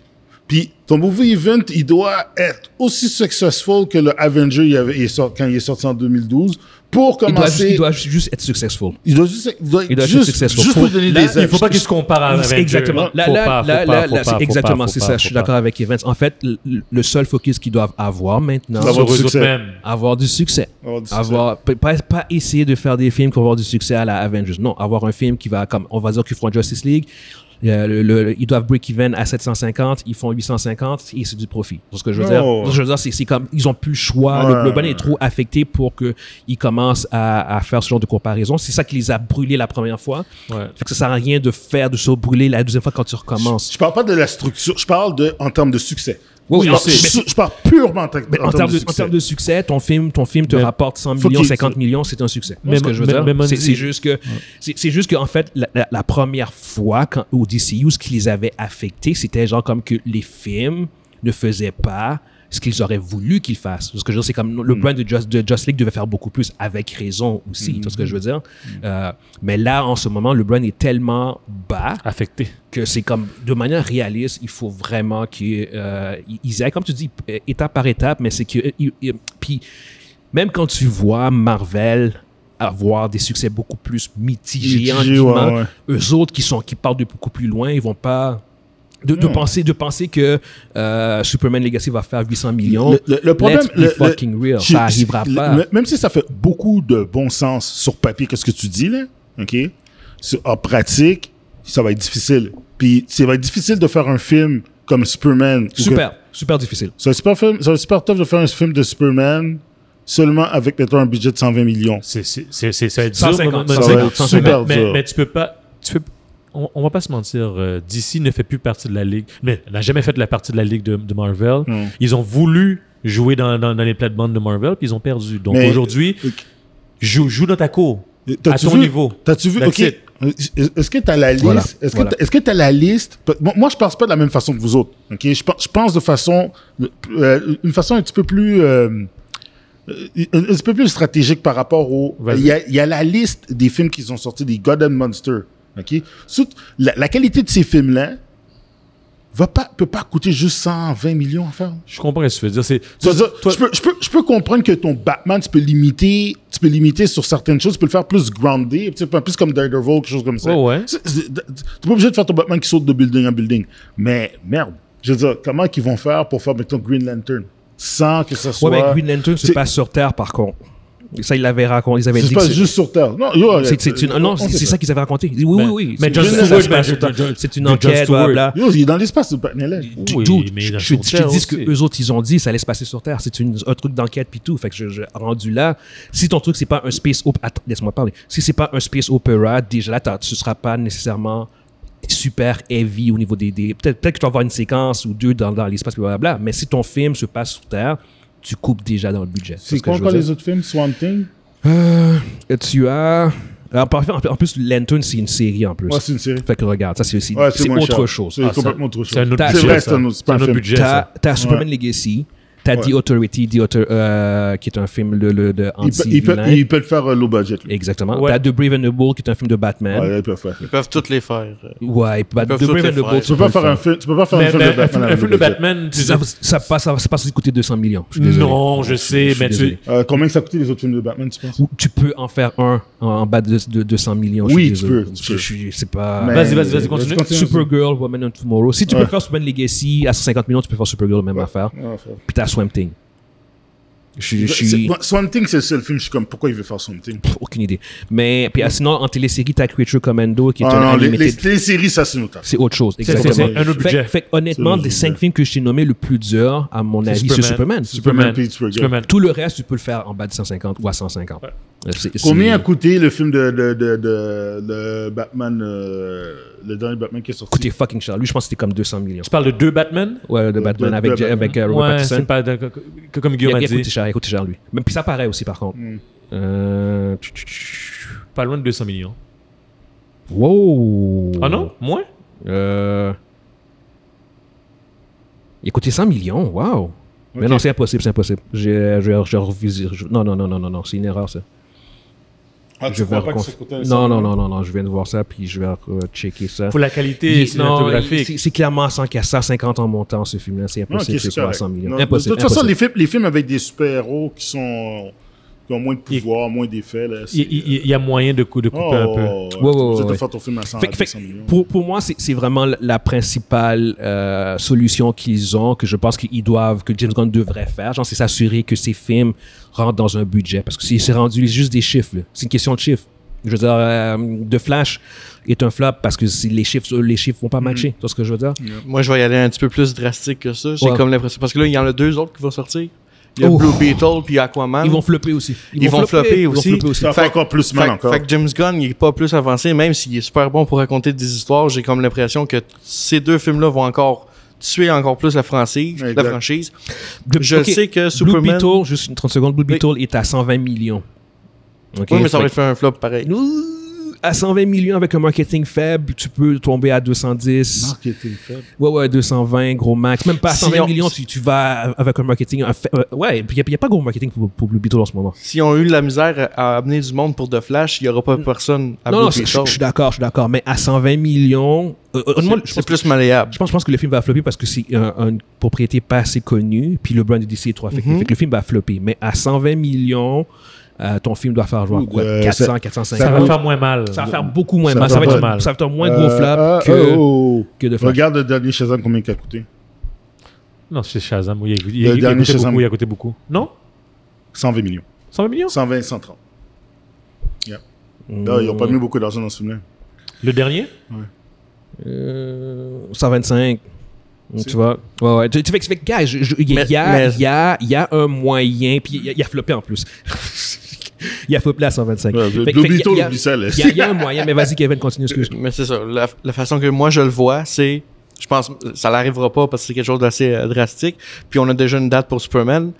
S3: Puis ton movie event, il doit être aussi successful que le Avenger il avait- il est sorti- quand il est sorti en 2012 pour
S1: Il doit, juste,
S3: commencer.
S1: il doit ju- juste être successful.
S3: il doit juste, il doit
S1: il doit être
S3: juste,
S1: successful.
S3: juste
S1: Faut-
S3: pour donner
S4: Là,
S3: des
S4: il faut
S3: edges.
S4: pas qu'il se compare à Avenger.
S1: Exactement. Là,
S4: Ah, Faut
S1: là, là,
S4: pas, faut pas,
S1: là,
S4: faut
S1: là,
S4: pas, faut
S1: c'est
S4: pas,
S1: exactement,
S4: faut
S1: c'est
S4: pas,
S1: ça.
S4: faut
S1: Je suis
S4: pas.
S1: d'accord avec Evans. En fait, le- le seul focus qu'ils doivent avoir maintenant,
S3: Ça va.
S4: Sur
S3: Avoir du
S4: eux autres
S3: succès.
S4: mêmes.
S1: avoir du succès.
S3: Avoir du succès.
S1: Avoir, p- pas, pas essayer de faire des films qui vont avoir du succès à la Avengers. Non, avoir un film qui va, comme on va dire qu'ils font Justice League, euh, le- le- ils doivent break-even à 750, ils font 850 et c'est du profit. C'est ce que je veux
S3: Non.
S1: dire. Ce que je veux dire, c'est c'est comme, ils ont plus le choix.
S3: Ouais.
S1: Le, le bonnet est trop affecté pour qu'ils commencent à, à faire ce genre de comparaison. C'est ça qui les a brûlés la première fois.
S4: Ouais.
S1: Fait que ça sert à rien de faire de se brûler la deuxième fois quand tu recommences.
S3: Je parle pas de la structure, je parle de en termes de succès.
S1: Oui, oui,
S3: je,
S1: on
S3: parle,
S1: sait, mais-
S3: su- je parle purement en, ta-
S1: Mais
S3: en termes de
S1: en
S3: succès.
S1: termes de succès, ton film, ton film te
S4: Mais
S1: rapporte 100
S3: faut
S1: millions,
S3: qu'il-
S1: 50 millions, c'est un succès.
S4: Mais
S1: C'est ce que je veux dire.
S4: Mon- mais Monzi-
S1: C'est- C'est juste que, c'est c'est juste qu'en fait, la, la- la première fois quand, au DCU, ce qui les avait affectés, c'était genre comme que les films ne faisaient pas ce qu'ils auraient voulu qu'ils fassent. Ce que je veux dire, c'est comme le brand de Just, de Just League devait faire beaucoup plus, avec raison aussi, tu vois ce que je veux dire. Euh, mais là, en ce moment, le brand est tellement bas
S4: Affecté.
S1: que c'est comme de manière réaliste, il faut vraiment qu'ils euh, ils- ils aillent, comme tu dis, euh, étape par étape, mais c'est que. euh, ils- ils- Puis, même quand tu vois Marvel avoir des succès beaucoup plus mitigés,
S3: Mitigés,
S1: entre guillemets,
S3: ouais, ouais.
S1: eux autres qui, sont, qui partent de beaucoup plus loin, ils vont pas. De,
S3: Hmm.
S1: de penser, de penser que euh, Superman Legacy va faire 800 millions.
S3: Le, le- le problème,
S1: Let's be
S3: le- le-
S1: fucking real.
S3: je-
S1: ça arrivera
S3: je-
S1: pas.
S3: le- même si ça fait beaucoup de bon sens sur papier, qu'est-ce que tu dis là, ok Sur- En pratique, ça va être difficile. Puis, ça va être difficile de faire un film comme Superman. ou que-
S1: super, super difficile.
S3: C'est un super film, c'est un super tough de faire un film de Superman seulement avec peut-être un budget de 120 millions.
S4: C'est, c'est, c'est, c'est- ça va être dur.
S1: 150,
S4: mais- mais-
S3: Ça va être
S1: 150,
S3: super
S4: mais,
S3: dur.
S4: mais tu peux pas. Tu peux, on, on va pas se mentir. euh, DC ne fait plus partie de la ligue. Mais n'a jamais fait la partie de la ligue de, de Marvel. Ils ont voulu jouer dans, dans, dans les plates-bandes de Marvel, puis ils ont perdu. Donc
S3: Mais-
S4: aujourd'hui, joue, joue dans ta cour. À
S3: T'as-tu
S4: ton
S3: vu-
S4: niveau.
S3: T'as-tu vu?
S4: That's
S3: OK.
S4: it.
S3: Est-ce que t'as la liste?
S1: Voilà,
S3: Est-ce que
S1: voilà.
S3: t'as- est-ce que t'as la liste? Pe- Moi, moi, je pense pas de la même façon que vous autres. OK? Je, pense- je pense de façon, euh, une façon un petit peu plus, euh, euh, un, un petit peu plus stratégique par rapport au,
S4: Vas-y.
S3: il y, a, il y a la liste des films qu'ils ont sortis, des God and Monster. OK? Sous- la, la qualité de ces films-là va pas, peut pas coûter juste 120 millions à faire.
S4: Je comprends ce que tu veux dire. C'est,
S3: Ça veut dire,
S4: toi-
S3: je, peux, je, peux, je peux comprendre que ton Batman, tu peux limiter, tu peux limiter sur certaines choses, tu peux le faire plus groundé, tu sais, plus comme Daredevil, quelque chose comme ça.
S4: Ouais, ouais.
S3: Tu n'es pas obligé de faire ton Batman qui saute de building en building. Mais merde, je veux dire, comment qu'ils vont faire pour faire, mettons, Green Lantern sans que ça soit.
S1: Ouais, mais Green Lantern se
S3: C'est-
S1: passe sur Terre, par contre. Ça, ils l'avaient raconté. Ils avaient
S3: Ça se
S1: dit que
S3: passe
S1: c'est-
S3: juste sur Terre. Non, yo, euh,
S1: c'est- c'est une- Non,
S3: on
S1: c'est
S3: sait
S1: c'est
S3: pas.
S1: ça qu'ils avaient raconté. Ils disent, Oui,
S4: Ben,
S1: oui, oui.
S4: mais
S1: c'est
S4: John
S1: juste- ça
S4: Stewart,
S1: se passe
S4: ben,
S1: sur-
S4: John-
S1: C'est une
S4: John
S1: enquête,
S4: Stewart.
S1: blablabla.
S3: Yo, il est dans l'espace, le patinelège.
S4: Oui,
S1: Du- dude,
S4: mais
S1: je,
S4: dans
S1: je-
S4: son
S1: je te
S4: terre
S1: dis ce que
S4: aussi.
S1: eux autres ils ont dit, ça allait se passer sur Terre. C'est une- un truc d'enquête puis tout. Fait que je, je- rendu là, si ton truc c'est pas un space opera, laisse-moi parler. Si c'est pas un space opera, déjà là t'as- tu seras pas nécessairement super heavy au niveau des, des- peut-être peut-être que tu vas avoir une séquence ou deux dans, dans l'espace blablabla. Mais si ton film se passe sur Terre, tu coupes déjà dans le budget.
S3: C'est
S1: ce que
S3: quoi
S1: je veux
S3: encore
S1: dire.
S3: les autres films? Swamp Thing?
S1: Euh, tu as en, par- en- en plus Lantern c'est une série en plus.
S3: Ouais, c'est une série.
S1: fait que regarde, ça c'est aussi-
S3: Ouais,
S1: c'est
S3: moins
S1: autre
S3: cher.
S1: chose.
S3: C'est
S4: Ah, ça-
S3: complètement autre chose.
S4: C'est un autre
S1: T'as-
S4: budget.
S1: c'est vrai,
S4: ça.
S3: c'est un autre- c'est pas un film.
S4: budget.
S1: T'as
S4: ça.
S1: t'as Superman Legacy, t'as
S3: Ouais.
S1: The Authority, The Author- euh, qui est un film le, le, de
S3: Il peut, il, peut,
S1: anti-vilain.
S3: il peut le faire euh, low budget, lui.
S1: Exactement.
S4: Ouais.
S1: T'as The Brave and the Bold, qui est un film de
S4: Hein?
S1: Batman.
S3: Ouais, il peut le faire. Tu
S2: Ils peuvent toutes les faire. euh.
S1: Ouais, bah,
S2: peuvent
S1: The
S2: tous
S1: Brave
S2: les
S1: and the
S2: faire.
S1: Bold,
S3: peux pas faire un film, tu peux pas faire un
S4: Mais-
S3: film
S4: mais
S3: de Batman
S4: un
S3: avec
S4: film
S3: low
S4: de
S3: budget.
S4: Batman, tu-
S1: Ça, ça passe, ça, ça passe de coûter 200 millions. Je suis désolé.
S4: Non, je sais,
S1: suis
S4: mais tu.
S1: désolé.
S3: Euh, combien que ça a coûté les autres films de Batman, tu penses?
S1: Ou Tu peux en faire un en, en bas de, de 200 millions. je suis
S3: Oui, tu
S1: désolé.
S3: peux, tu
S1: Je-
S3: peux.
S1: je suis- c'est pas.
S3: Mais-
S4: Vas-y, vas-y, vas-y, continue.
S1: Supergirl, Woman of Tomorrow. Si tu
S3: Ouais.
S1: peux faire Superman Legacy à 150 millions, tu peux faire Supergirl, même affaire.
S3: Ouais, frère.
S1: Puis t'as Swamp Thing. Je, je
S3: C'est-
S1: suis.
S3: moi, Bah, Swamp Thing, c'est le seul film, je suis comme, pourquoi il veut faire Swamp Thing?
S1: Pff, aucune idée. Mais puis, ah, sinon, en télésérie, t'as Creature Commando qui est
S3: Ah
S1: un
S3: non, les,
S1: animated-
S3: les téléséries, ça, c'est une autre affaire.
S1: C'est autre chose,
S4: c'est-
S1: exactement.
S4: c'est un autre budget.
S1: Fait, fait honnêtement,
S3: C'est
S1: des
S3: le
S1: cinq
S3: budget.
S1: films que je t'ai nommés, le plus dur, à mon avis, c'est Superman.
S3: Superman, puis Supergirl.
S4: Superman.
S1: Tout le reste, tu peux le faire en bas de 150 ou à 150. C'est- c'est-
S3: Combien a coûté le film de, de, de, de, de Batman, euh, le dernier Batman qui est sorti?
S1: Coûté fucking cher. Lui, je pense que c'était comme 200 millions.
S4: Tu parles de deux Batman
S1: Ouais, de Batman
S3: de-
S1: avec,
S3: de
S1: Ja-
S3: Batman.
S1: avec euh, Robert
S4: Ouais,
S1: Pattinson.
S4: c'est pas de- que- que- comme
S1: Il,
S4: Guillaume
S1: a,
S4: a
S1: il a coûté
S4: dit.
S1: cher, il a coûté cher, lui. Mais puis ça paraît aussi, par contre.
S3: Hmm.
S1: Euh... tch, tch, tch.
S4: Pas loin de 200 millions.
S1: Wow!
S4: Ah non Moins
S1: Euh... Il a coûté 100 millions, wow! Mais
S3: Ok.
S1: non, c'est impossible, c'est impossible. J'ai- Je vais je vais reviser. je- Non, non, non, non, non, non, c'est une erreur, ça.
S3: Ah, tu
S1: Je vais
S3: crois pas que ça
S1: reconf-
S3: coûtait un
S1: Non,
S3: seul-
S1: non, non, non, non, je viens de voir ça, puis je vais checker ça.
S4: Pour la qualité
S1: Il- non, il-
S4: cinématographique.
S1: c'est c'est clairement 100 qu'à 150 en montant, ce film-là. C'est
S3: Non, ok,
S1: impossible que
S3: c'est
S1: ce soit à
S3: correct.
S1: 100 millions.
S3: Non,
S1: impossible.
S3: De toute façon,
S1: impossible.
S3: les films, les films avec des super-héros qui sont qui ont moins de pouvoir, moins d'effets, là, c'est- euh,
S4: Il il- il y a moyen de, cou- de couper un peu.
S3: Oh, Tu
S1: Ouais, ouais,
S3: peux
S1: ouais,
S3: te
S1: ouais.
S3: faire ton film à 100
S1: Fait-
S3: à
S1: fait-
S3: 200 millions.
S1: pour, pour moi, c'est c'est vraiment la- la principale euh, solution qu'ils ont, que je pense qu'ils doivent, que James Gunn devrait faire. Genre, c'est s'assurer que ces films rentrent dans un budget. Parce que c'est c'est rendu juste des chiffres. là. C'est une question de chiffres. Je veux dire, euh, The Flash est un flop parce que c'est- les chiffres les chiffres vont pas
S2: Mm-hmm.
S1: matcher. C'est ce que je veux dire.
S2: Moi, je vais y aller un petit peu plus drastique que ça. J'ai
S1: Ouais.
S2: comme l'impression. Parce que là, il y en a deux autres qui vont sortir. Il y a
S1: Oh.
S2: Blue Beetle puis Aquaman.
S1: Ils vont flopper aussi.
S2: Ils vont flopper
S1: Ils vont
S2: aussi.
S1: flopper aussi.
S3: Ça
S2: Fait-
S3: fait encore plus mal
S2: Fait-
S3: encore.
S2: Fait que James Gunn, il est pas plus avancé, même s'il est super bon pour raconter des histoires. J'ai comme l'impression que ces deux films-là vont encore tuer encore plus la franchise.
S3: Exact.
S2: La franchise.
S1: De-
S2: Je
S1: ok,
S2: sais que
S1: Blue
S2: Superman.
S1: Beetle, juste une 30 secondes, Blue
S2: Oui.
S1: Beetle est à 120 millions. Ok,
S2: oui, mais ça
S1: fait-
S2: aurait fait un flop pareil.
S1: Ouh, à 120 millions avec un marketing faible, tu peux tomber à 210.
S3: Marketing faible.
S1: Ouais, ouais, 220, gros max. Même pas à
S2: Si
S1: 120
S2: on-
S1: millions, tu, tu vas avec un marketing. un fa- euh, ouais, il n'y a, pas gros marketing pour, pour Blue Beetle en ce moment.
S2: S'ils ont eu de la misère à amener du monde pour The Flash, il n'y aura pas personne à
S3: Ah,
S1: non,
S2: Blue
S1: non, je, je-
S2: Beetle.
S1: je suis d'accord, je suis d'accord. Mais à 120 millions, euh, euh, moi, je,
S2: C'est
S1: pense,
S2: plus malléable.
S1: je, pense, je pense que le film va flopper parce que c'est un- une propriété pas assez connue. Puis le brand de DC est trop affecté.
S2: Mhm.
S1: Fait que le film va flopper. Mais à 120 millions, euh, ton film doit faire genre
S3: Ouh,
S1: quoi,
S3: euh,
S1: 400,
S3: ça-
S1: 450.
S4: Ça
S3: Ça
S4: va
S3: coûte-
S4: faire moins mal.
S1: Ça va faire beaucoup moins
S3: ça
S1: mal.
S3: va
S1: Ça va,
S3: pas
S1: être,
S4: mal.
S1: ça va être un moins gros flap
S3: Euh, ah,
S1: que,
S3: oh, oh.
S1: que de flop.
S3: Regarde le dernier Shazam, combien il a coûté
S4: Non, c'est Shazam. Il, il, il,
S3: Le
S4: il a
S3: dernier
S4: coûté
S3: Shazam.
S4: beaucoup, il a coûté beaucoup. Non
S3: 120 millions.
S4: 120 millions
S3: 120, 130. Là, ils n'ont pas mis beaucoup d'argent dans ce film-là.
S4: Le dernier
S1: Euh, 125. Tu vois, ouais, ouais. Tu, tu fais, tu fais que, gars, je- je- il y, a-
S2: Mais-
S1: il y a-
S2: mais-
S1: il y a- il y a un moyen, puis il y a- il y a floppé en plus. il a floppé à 125.
S3: Ouais,
S1: Fait-
S3: le
S1: fait-
S3: Blue
S1: fait- il y a-
S3: Beetle,
S1: il y a-
S3: oublie ça, là.
S1: Il y a- il y a un moyen, mais vas-y, Kevin, continue. Excuse.
S2: Mais c'est ça. La, la façon que moi je le vois, c'est. Je pense que ça n'arrivera pas parce que c'est quelque chose d'assez euh, drastique. Puis on a déjà une date pour Superman.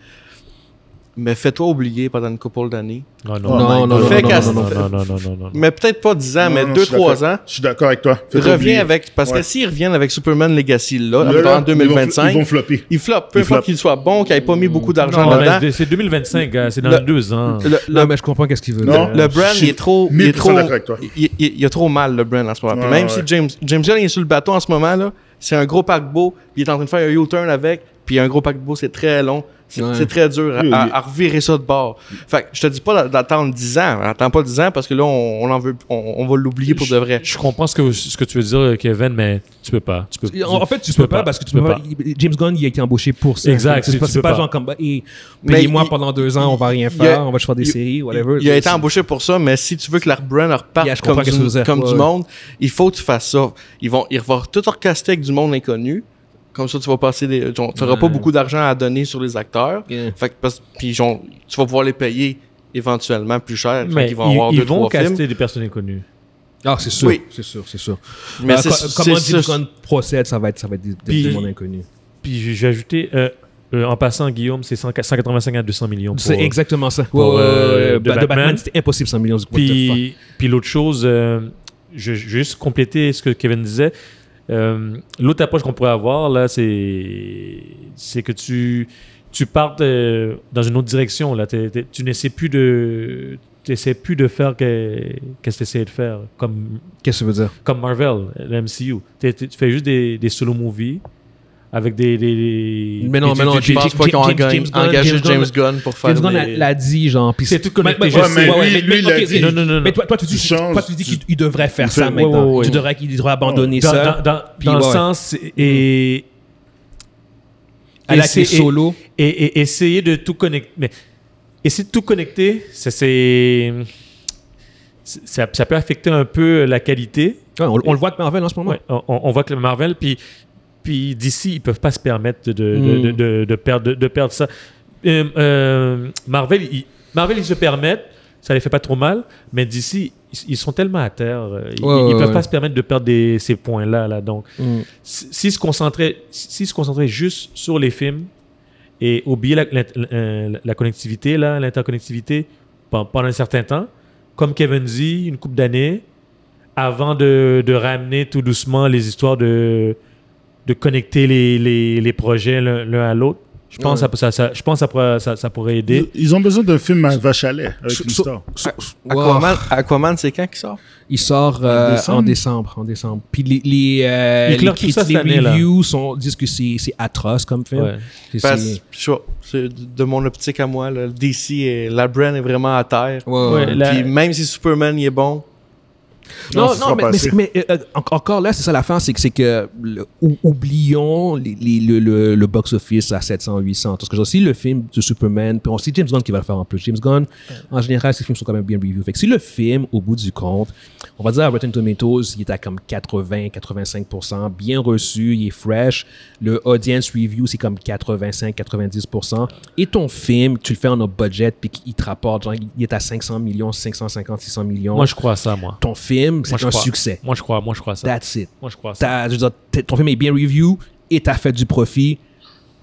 S2: Mais fais-toi oublier pendant une couple d'années.
S4: Non,
S3: Oh
S1: Non,
S3: my
S1: non, non,
S3: God.
S2: Fait
S1: non,
S2: qu'à-
S1: non, non, non.
S4: non, non, non, non, non.
S2: Mais peut-être pas 10 ans,
S3: Non,
S2: Ah, mais
S3: non, je suis
S2: 2-3
S3: d'accord.
S2: ans.
S3: Je suis d'accord avec toi. Fais-toi oublier.
S2: Reviens avec. Parce
S3: Ouais.
S2: que s'ils reviennent avec Superman Legacy là,
S3: Là, là,
S2: en
S3: Ils vont, ils vont
S2: 2025,
S3: flopper.
S2: ils floppent. Peu
S3: Ils
S2: importe
S3: floppent.
S2: qu'il soit bon, qu'il n'ait pas mis beaucoup d'argent
S4: Non, mais
S2: là-dedans.
S4: c'est- c'est 2025, gars, c'est dans
S2: Le-
S4: deux ans.
S2: Le, le-
S1: Non, mais je comprends qu'est-ce qu'il veut
S3: Non.
S1: dire.
S2: le brand,
S3: je suis
S2: il est trop. Il, est
S3: 1000%
S2: trop
S3: d'accord avec toi.
S2: il, il- il a trop mal, le brand, en ce moment. Puis
S3: Ouais,
S2: même
S3: ouais.
S2: si James, James Gunn est sur le bateau en ce moment, là, c'est un gros paquebot, puis il est en train de faire un U-turn avec, Puis un gros paquebot, c'est très long. C'est
S1: Ouais.
S2: c'est très dur à,
S3: Oui, oui.
S2: à- à revirer ça de bord. Fait que je te dis pas d'a- d'attendre 10 ans. Attends pas 10 ans parce que là, on, on en veut, on, on va l'oublier pour de vrai.
S4: Je comprends ce que, ce que tu veux dire, Kevin, mais tu peux pas. Tu peux,
S1: En en fait, tu, peux pas, parce que tu peux pas. James Gunn, il a été embauché pour ça.
S4: Exact,
S1: C'est
S4: tu
S1: pas,
S4: peux
S1: c'est pas
S4: pas.
S1: genre comme. Et
S2: Mais
S1: payez-moi
S2: il-
S1: pendant deux ans, on va rien
S2: il y a-
S1: faire, on va juste faire des
S2: il-
S1: séries, whatever.
S2: Il a été
S1: C'est-
S2: embauché pour ça, mais si tu veux que la brand reparte
S1: Yeah, je
S2: comme,
S1: comprends
S2: du,
S1: qu'est-ce que vous dites,
S2: comme
S1: ouais,
S2: du
S1: ouais.
S2: monde, il faut que tu fasses ça. Ils vont, ils vont tout orchestrer avec du monde inconnu. Comme ça, tu vas passer des. Tu n'auras pas
S1: Ouais.
S2: beaucoup d'argent à donner sur les acteurs.
S1: Yeah.
S2: Fait que, parce- puis genre, tu vas pouvoir les payer éventuellement plus cher.
S4: Mais
S2: ils vont avoir
S4: ils,
S2: deux,
S4: vont
S2: trois films.
S4: caster des personnes inconnues.
S1: Ah, c'est sûr.
S2: Oui.
S1: C'est sûr, c'est sûr.
S2: Mais
S1: Euh,
S2: c'est-
S1: co-
S2: c'est-
S1: comment
S2: c'est-
S1: James Gunn procède, ça va être, ça va être des, des-
S4: Puis-
S1: des mondes inconnus.
S4: Puis j'ai- j'ai ajouté, euh, euh, en passant, Guillaume, c'est 100 185 à 200 millions. pour- euh,
S1: C'est exactement ça.
S4: pour,
S1: Ouais, ouais, ouais,
S4: euh,
S1: ouais.
S4: de
S1: Ba- de
S4: Batman.
S1: Batman, c'était impossible 100 millions. What the fuck.
S4: Puis, puis l'autre chose, euh, je, je vais juste compléter ce que Kevin disait. Euh, l'autre approche qu'on pourrait avoir, là, c'est, c'est que tu, tu partes euh, dans une autre direction. Là. T'es- t'es- tu n'essaies plus de, t'essaies plus de faire que, qu'est-ce que tu essaies de faire, comme,
S1: Qu'est-ce que ça veut dire?
S4: comme Marvel, l'MCU. T'es- t'es- tu fais juste des, des solo movies avec des. des, des-
S1: Mais non,
S4: des-
S1: mais non,
S4: des-
S2: Je pense
S1: James-
S2: pas qu'on
S1: James-
S2: engagne-
S1: James Gunn,
S2: engagé
S1: James
S2: James,
S1: Gunn-
S2: Gunn pour faire
S1: James Gunn
S2: des-
S1: l'a- l'a dit, genre. puis
S4: C'est tout connecté,
S1: Mais-
S4: je
S1: ouais,
S4: sais.
S1: mais-
S4: Ouais,
S3: ouais,
S1: mais-
S3: lui,
S1: mais-
S3: il l'a
S1: ok,
S3: dit.
S4: Non, non, non, non.
S1: Mais toi, toi, tu dis,
S3: Il change.
S1: toi, tu dis qu'il il devrait faire
S3: Il
S1: ça
S3: fait-
S1: maintenant.
S4: ouais, ouais, ouais.
S1: Tu devrais qu'il devrait abandonner
S4: dans,
S1: ça.
S4: dans, dans,
S1: Puis
S4: dans le
S1: ouais.
S4: sens. Et,
S1: Mm. Elle a
S4: et-
S1: ses
S4: et-
S1: solos.
S4: et, et essayer de tout connecter. Mais essayer de tout connecter, ça, c'est, c'est- ça, ça peut affecter un peu la qualité.
S1: Ouais, on, on le voit avec Marvel en ce moment.
S4: Ouais, on, on voit que le Marvel, puis, puis d'ici, ils peuvent pas se permettre de, de,
S1: Mm.
S4: de, de- de perdre, de, de perdre ça. Euh, euh, Marvel, ils, Marvel, ils se permettent. Ça les fait pas trop mal, mais d'ici, ils, ils sont tellement à terre. euh, Ils,
S1: Ouais,
S4: ils
S1: ouais,
S4: peuvent
S1: ouais.
S4: pas se permettre de perdre des- ces points-là. Là, donc,
S1: Mm.
S4: si- s'ils se concentraient, s'ils se concentraient juste sur les films et oublier la, la- la- la connectivité, là, l'interconnectivité pen- pendant un certain temps, comme Kevin dit, une coupe d'années, avant de, de ramener tout doucement les histoires de, de connecter les, les, les projets l'un l'un à l'autre, je pense
S1: Ouais.
S4: que ça, ça- je pense que ça, pourrait, ça, ça pourrait aider.
S3: Ils, ils ont besoin d'un film à vache à lait avec
S1: So-
S3: une
S1: so-
S3: star.
S1: so- wow.
S2: Aquaman, Aquaman, c'est quand qui sort
S1: Il sort euh,
S3: décembre.
S1: en décembre. En décembre. Puis les, les, euh,
S4: Ils
S1: les,
S4: clorent tout ça
S1: critiques,
S4: cette
S1: les
S4: année, là.
S1: reviews sont, disent que c'est c'est atroce comme film.
S4: Ouais.
S1: C'est-
S2: Parce-
S1: c'est-
S2: je sais pas, c'est de de mon optique à moi, là, le DC, et la brand est vraiment à terre.
S1: Ouais,
S4: Ouais,
S1: ouais.
S4: la-
S2: Puis même si Superman il est bon,
S1: Non,
S3: Non, ce
S1: non,
S3: sera
S1: mais,
S3: pas
S1: mais
S3: assez.
S1: c'est- mais, euh, euh, en- encore là, c'est ça la fin, c'est que, c'est que le- ou- oublions les- les- le, le- le box-office à 700, 800. Parce que si le film de Superman, puis on sait James Gunn qui va le faire en plus. James Gunn, en général, ses films sont quand même bien reviewed. Fait que si le film, au bout du compte, on va dire à Rotten Tomatoes, il est à comme 80, 85%, bien reçu, il est fresh. Le audience review, c'est comme 85, 90%. Et ton film, tu le fais en un budget, puis qu'il te rapporte, genre, il est à 500 millions, 550, 600 millions.
S4: Moi, je crois à ça, moi.
S1: ton film,
S4: Moi,
S1: c'est
S4: je
S1: un
S4: crois.
S1: succès.
S4: Moi, je crois, moi, je crois à ça.
S1: That's it.
S4: Moi, je crois à ça.
S1: T'as- je veux dire, t'es- ton film est bien review et t'as fait du profit.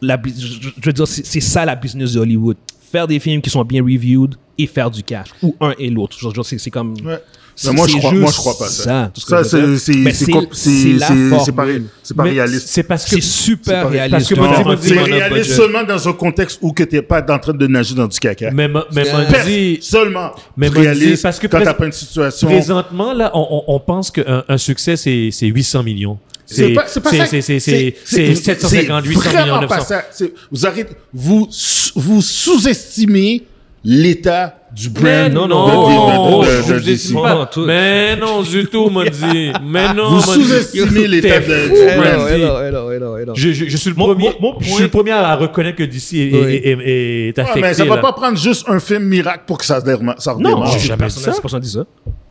S1: La, bu- je, je- je veux dire, c'est c'est ça la business de Hollywood. Faire des films qui sont bien reviewed et faire du cash. Ou un et l'autre. Je veux dire, C'est c'est comme.
S3: Ouais.
S1: c'est-
S3: moi, je
S1: c'est
S3: crois-
S1: juste
S3: moi, je crois pas à ça.
S1: tout ce que
S3: Ça,
S1: je veux
S3: c'est
S1: dire.
S3: c'est-
S1: Mais
S3: c'est comp- c'est-
S1: c'est la
S3: c'est- c'est
S1: formule.
S3: pas, ré- c'est pas
S4: Mais
S3: réaliste.
S4: C'est parce que.
S1: C'est super
S3: c'est pas-
S1: réaliste.
S4: parce que
S1: de faire
S4: Mondi-
S1: un film
S3: C'est
S1: on a
S3: réaliste
S1: budget.
S3: seulement dans un contexte où tu n'es pas en train de nager dans du caca.
S4: Mais, Mo- mais
S1: C'est-
S3: Pers-
S4: Mondi-
S3: seulement
S4: mais Mondi,
S3: réaliste
S4: parce que
S3: quand
S4: prés-
S3: t'as pas une situation
S4: Présentement, là, on, on- on pense qu'un un succès, c'est c'est 800 millions.
S3: C'est pas, c'est pas ça.
S4: c'est- c'est- c'est- C'est 750, 800
S3: vraiment
S4: millions, 900.
S3: pas ça. C'est- Vous arrêtez, vous, sous- vous sous-estimez l'état du
S4: Mais
S3: brand.
S4: non,
S3: de- ben,
S4: non,
S3: de- de- de-
S4: je
S3: de-
S4: vous estime
S3: DC.
S1: pas.
S4: pas. Mais non, du tout, Mondi. Mais non,
S3: Vous
S4: Mondi.
S3: sous-estimez
S4: T'es
S3: l'état de-
S4: fou,
S3: du
S4: Mondi.
S3: brand.
S4: Je, je- je suis le
S1: Mon-
S4: premier,
S1: mon- mon
S4: je
S1: point-
S4: suis le premier à reconnaître que d'ici est,
S1: Oui.
S4: est- est- est
S3: Ah,
S4: affecté.
S3: mais ça va
S4: là.
S3: pas prendre juste un film miracle pour que ça, redéma- ça redémarre.
S1: Non,
S4: j'ai
S1: je-
S4: jamais
S1: personne
S4: dit ça.
S1: personne dit ça.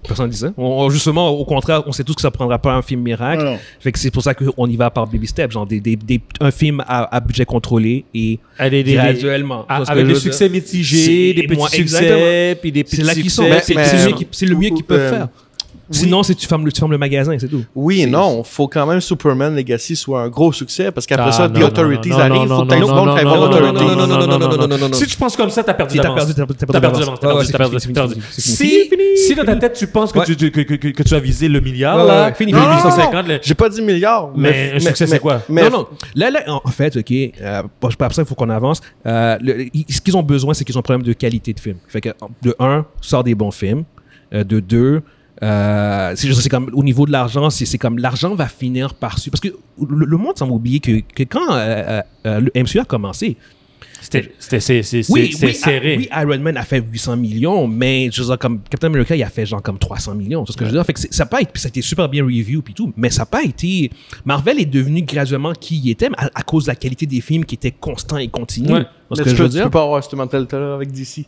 S1: Personne dit ça. On- on- justement, au contraire, on sait tous que ça prendra pas un film miracle.
S3: Non, non.
S1: Fait que c'est pour ça qu'on y va par baby step, genre des, des- des- un film à, à budget contrôlé et
S4: Ah, des- des-
S1: graduellement.
S4: Ah,
S1: Tu vois ce que
S4: avec
S1: je
S4: des
S1: veux dire?
S4: succès mitigés,
S1: C'est-
S4: des petits
S1: moi,
S4: succès,
S1: exactement.
S4: puis des petits
S1: C'est là qu'ils sont.
S4: succès,
S1: C'est
S4: puis
S2: mais-
S1: c'est
S4: des-
S1: le mieux qui- c'est le mieux qu'ils peuvent
S2: euh,
S1: faire. Sinon, c'est tu fermes le, tu fermes le magasin, c'est tout.
S2: oui et non, faut quand même Superman Legacy soit un gros succès parce qu'après
S4: Ah,
S2: ça,
S4: non,
S2: The
S4: non,
S2: Authorities
S4: non,
S2: arrive,
S4: non,
S2: faut
S4: non,
S2: que
S4: non,
S2: tout le monde
S4: non,
S2: aille
S4: non,
S2: voir
S4: non, non,
S2: Authorities.
S4: non, non, non, non, non, non,
S1: non.
S4: Si tu penses comme ça, t'as perdu
S1: T'as
S4: d'avance.
S1: perdu, t'as perdu,
S4: T'as perdu l'avance, t'as perdu, t'as perdu, t'as perdu. Si, si dans ta tête tu penses que,
S1: Ouais.
S4: tu, tu- que, que- que tu as visé le milliard,
S1: Ouais, ouais,
S4: là,
S1: ouais, fini,
S4: le
S1: fini,
S2: Non, non,
S4: 850,
S2: non,
S4: le-
S2: J'ai pas dit milliard, mais,
S4: Mais un succès, c'est quoi?
S2: mais-
S1: non, non. Là, là, en en fait, OK, euh, bon, je pense ça, il faut qu'on avance. Euh, le- i- ce qu'ils ont besoin, c'est qu'ils ont un problème de qualité de film. Fait que, de un, sort des bons films. Euh, de deux, Euh, c'est, je veux dire, c'est comme au niveau de l'argent, c'est, c'est comme l'argent va finir par su- parce que le, le monde semble oublier que, que quand euh, euh, le MCU a commencé,
S4: C'était c'était- c'est- c'est- c'est-
S1: oui,
S4: c'est
S1: oui,
S4: serré.
S1: I- oui, Iron Man a fait 800 millions, mais je veux dire, comme Captain America, il a fait genre comme 300 millions. C'est ce que je veux dire. Fait que c'est- ça a pas été, puis ça a été super bien review puis tout, mais ça n'a pas été. Marvel est devenu graduellement qui il était mais à, à cause de la qualité des films qui était constant et continue.
S4: Ouais.
S1: C'est ce
S2: Mais
S1: que
S2: tu,
S1: je
S2: peux,
S1: veux
S2: tu
S1: dire.
S2: peux pas avoir cette mentalité-là avec DC.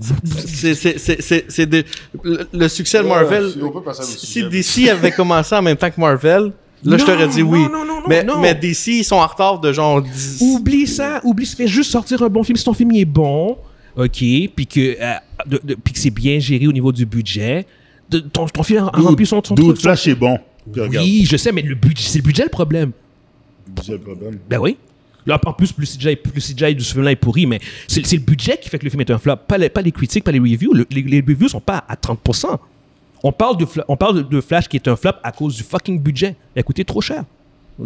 S2: C'est- c'est- c'est- c'est- c'est des- le, le succès de
S3: Ouais,
S2: Marvel.
S3: si on peut passer à l'autre
S2: Si
S3: sujet.
S2: DC avait commencé en même temps que Marvel, là, je
S1: Non,
S2: t'aurais dit
S1: non,
S2: oui.
S1: non, non, non,
S2: mais,
S1: non.
S2: mais DC, ils sont en retard de genre 10.
S1: Oublie ça, oublie ça. Fais juste sortir un bon film. Si ton film il est bon, OK, puis que, euh, de- de- puis que c'est bien géré au niveau du budget, de- ton, ton film a rempli son, son
S3: Dude,
S1: truc.
S3: Flash est bon. Puis regarde,
S1: Oui, je sais, mais le budget, c'est le budget le problème.
S3: j'ai le problème.
S1: Ben oui. Là, en plus, plus CGI, plus CGI du film-là est pourri, mais c'est c'est le budget qui fait que le film est un flop, pas les, pas les critiques, pas les reviews. Le- les, les reviews sont pas à 30%. On parle, de, Fla- on parle de, de Flash qui est un flop à cause du fucking budget. Il a coûté trop cher.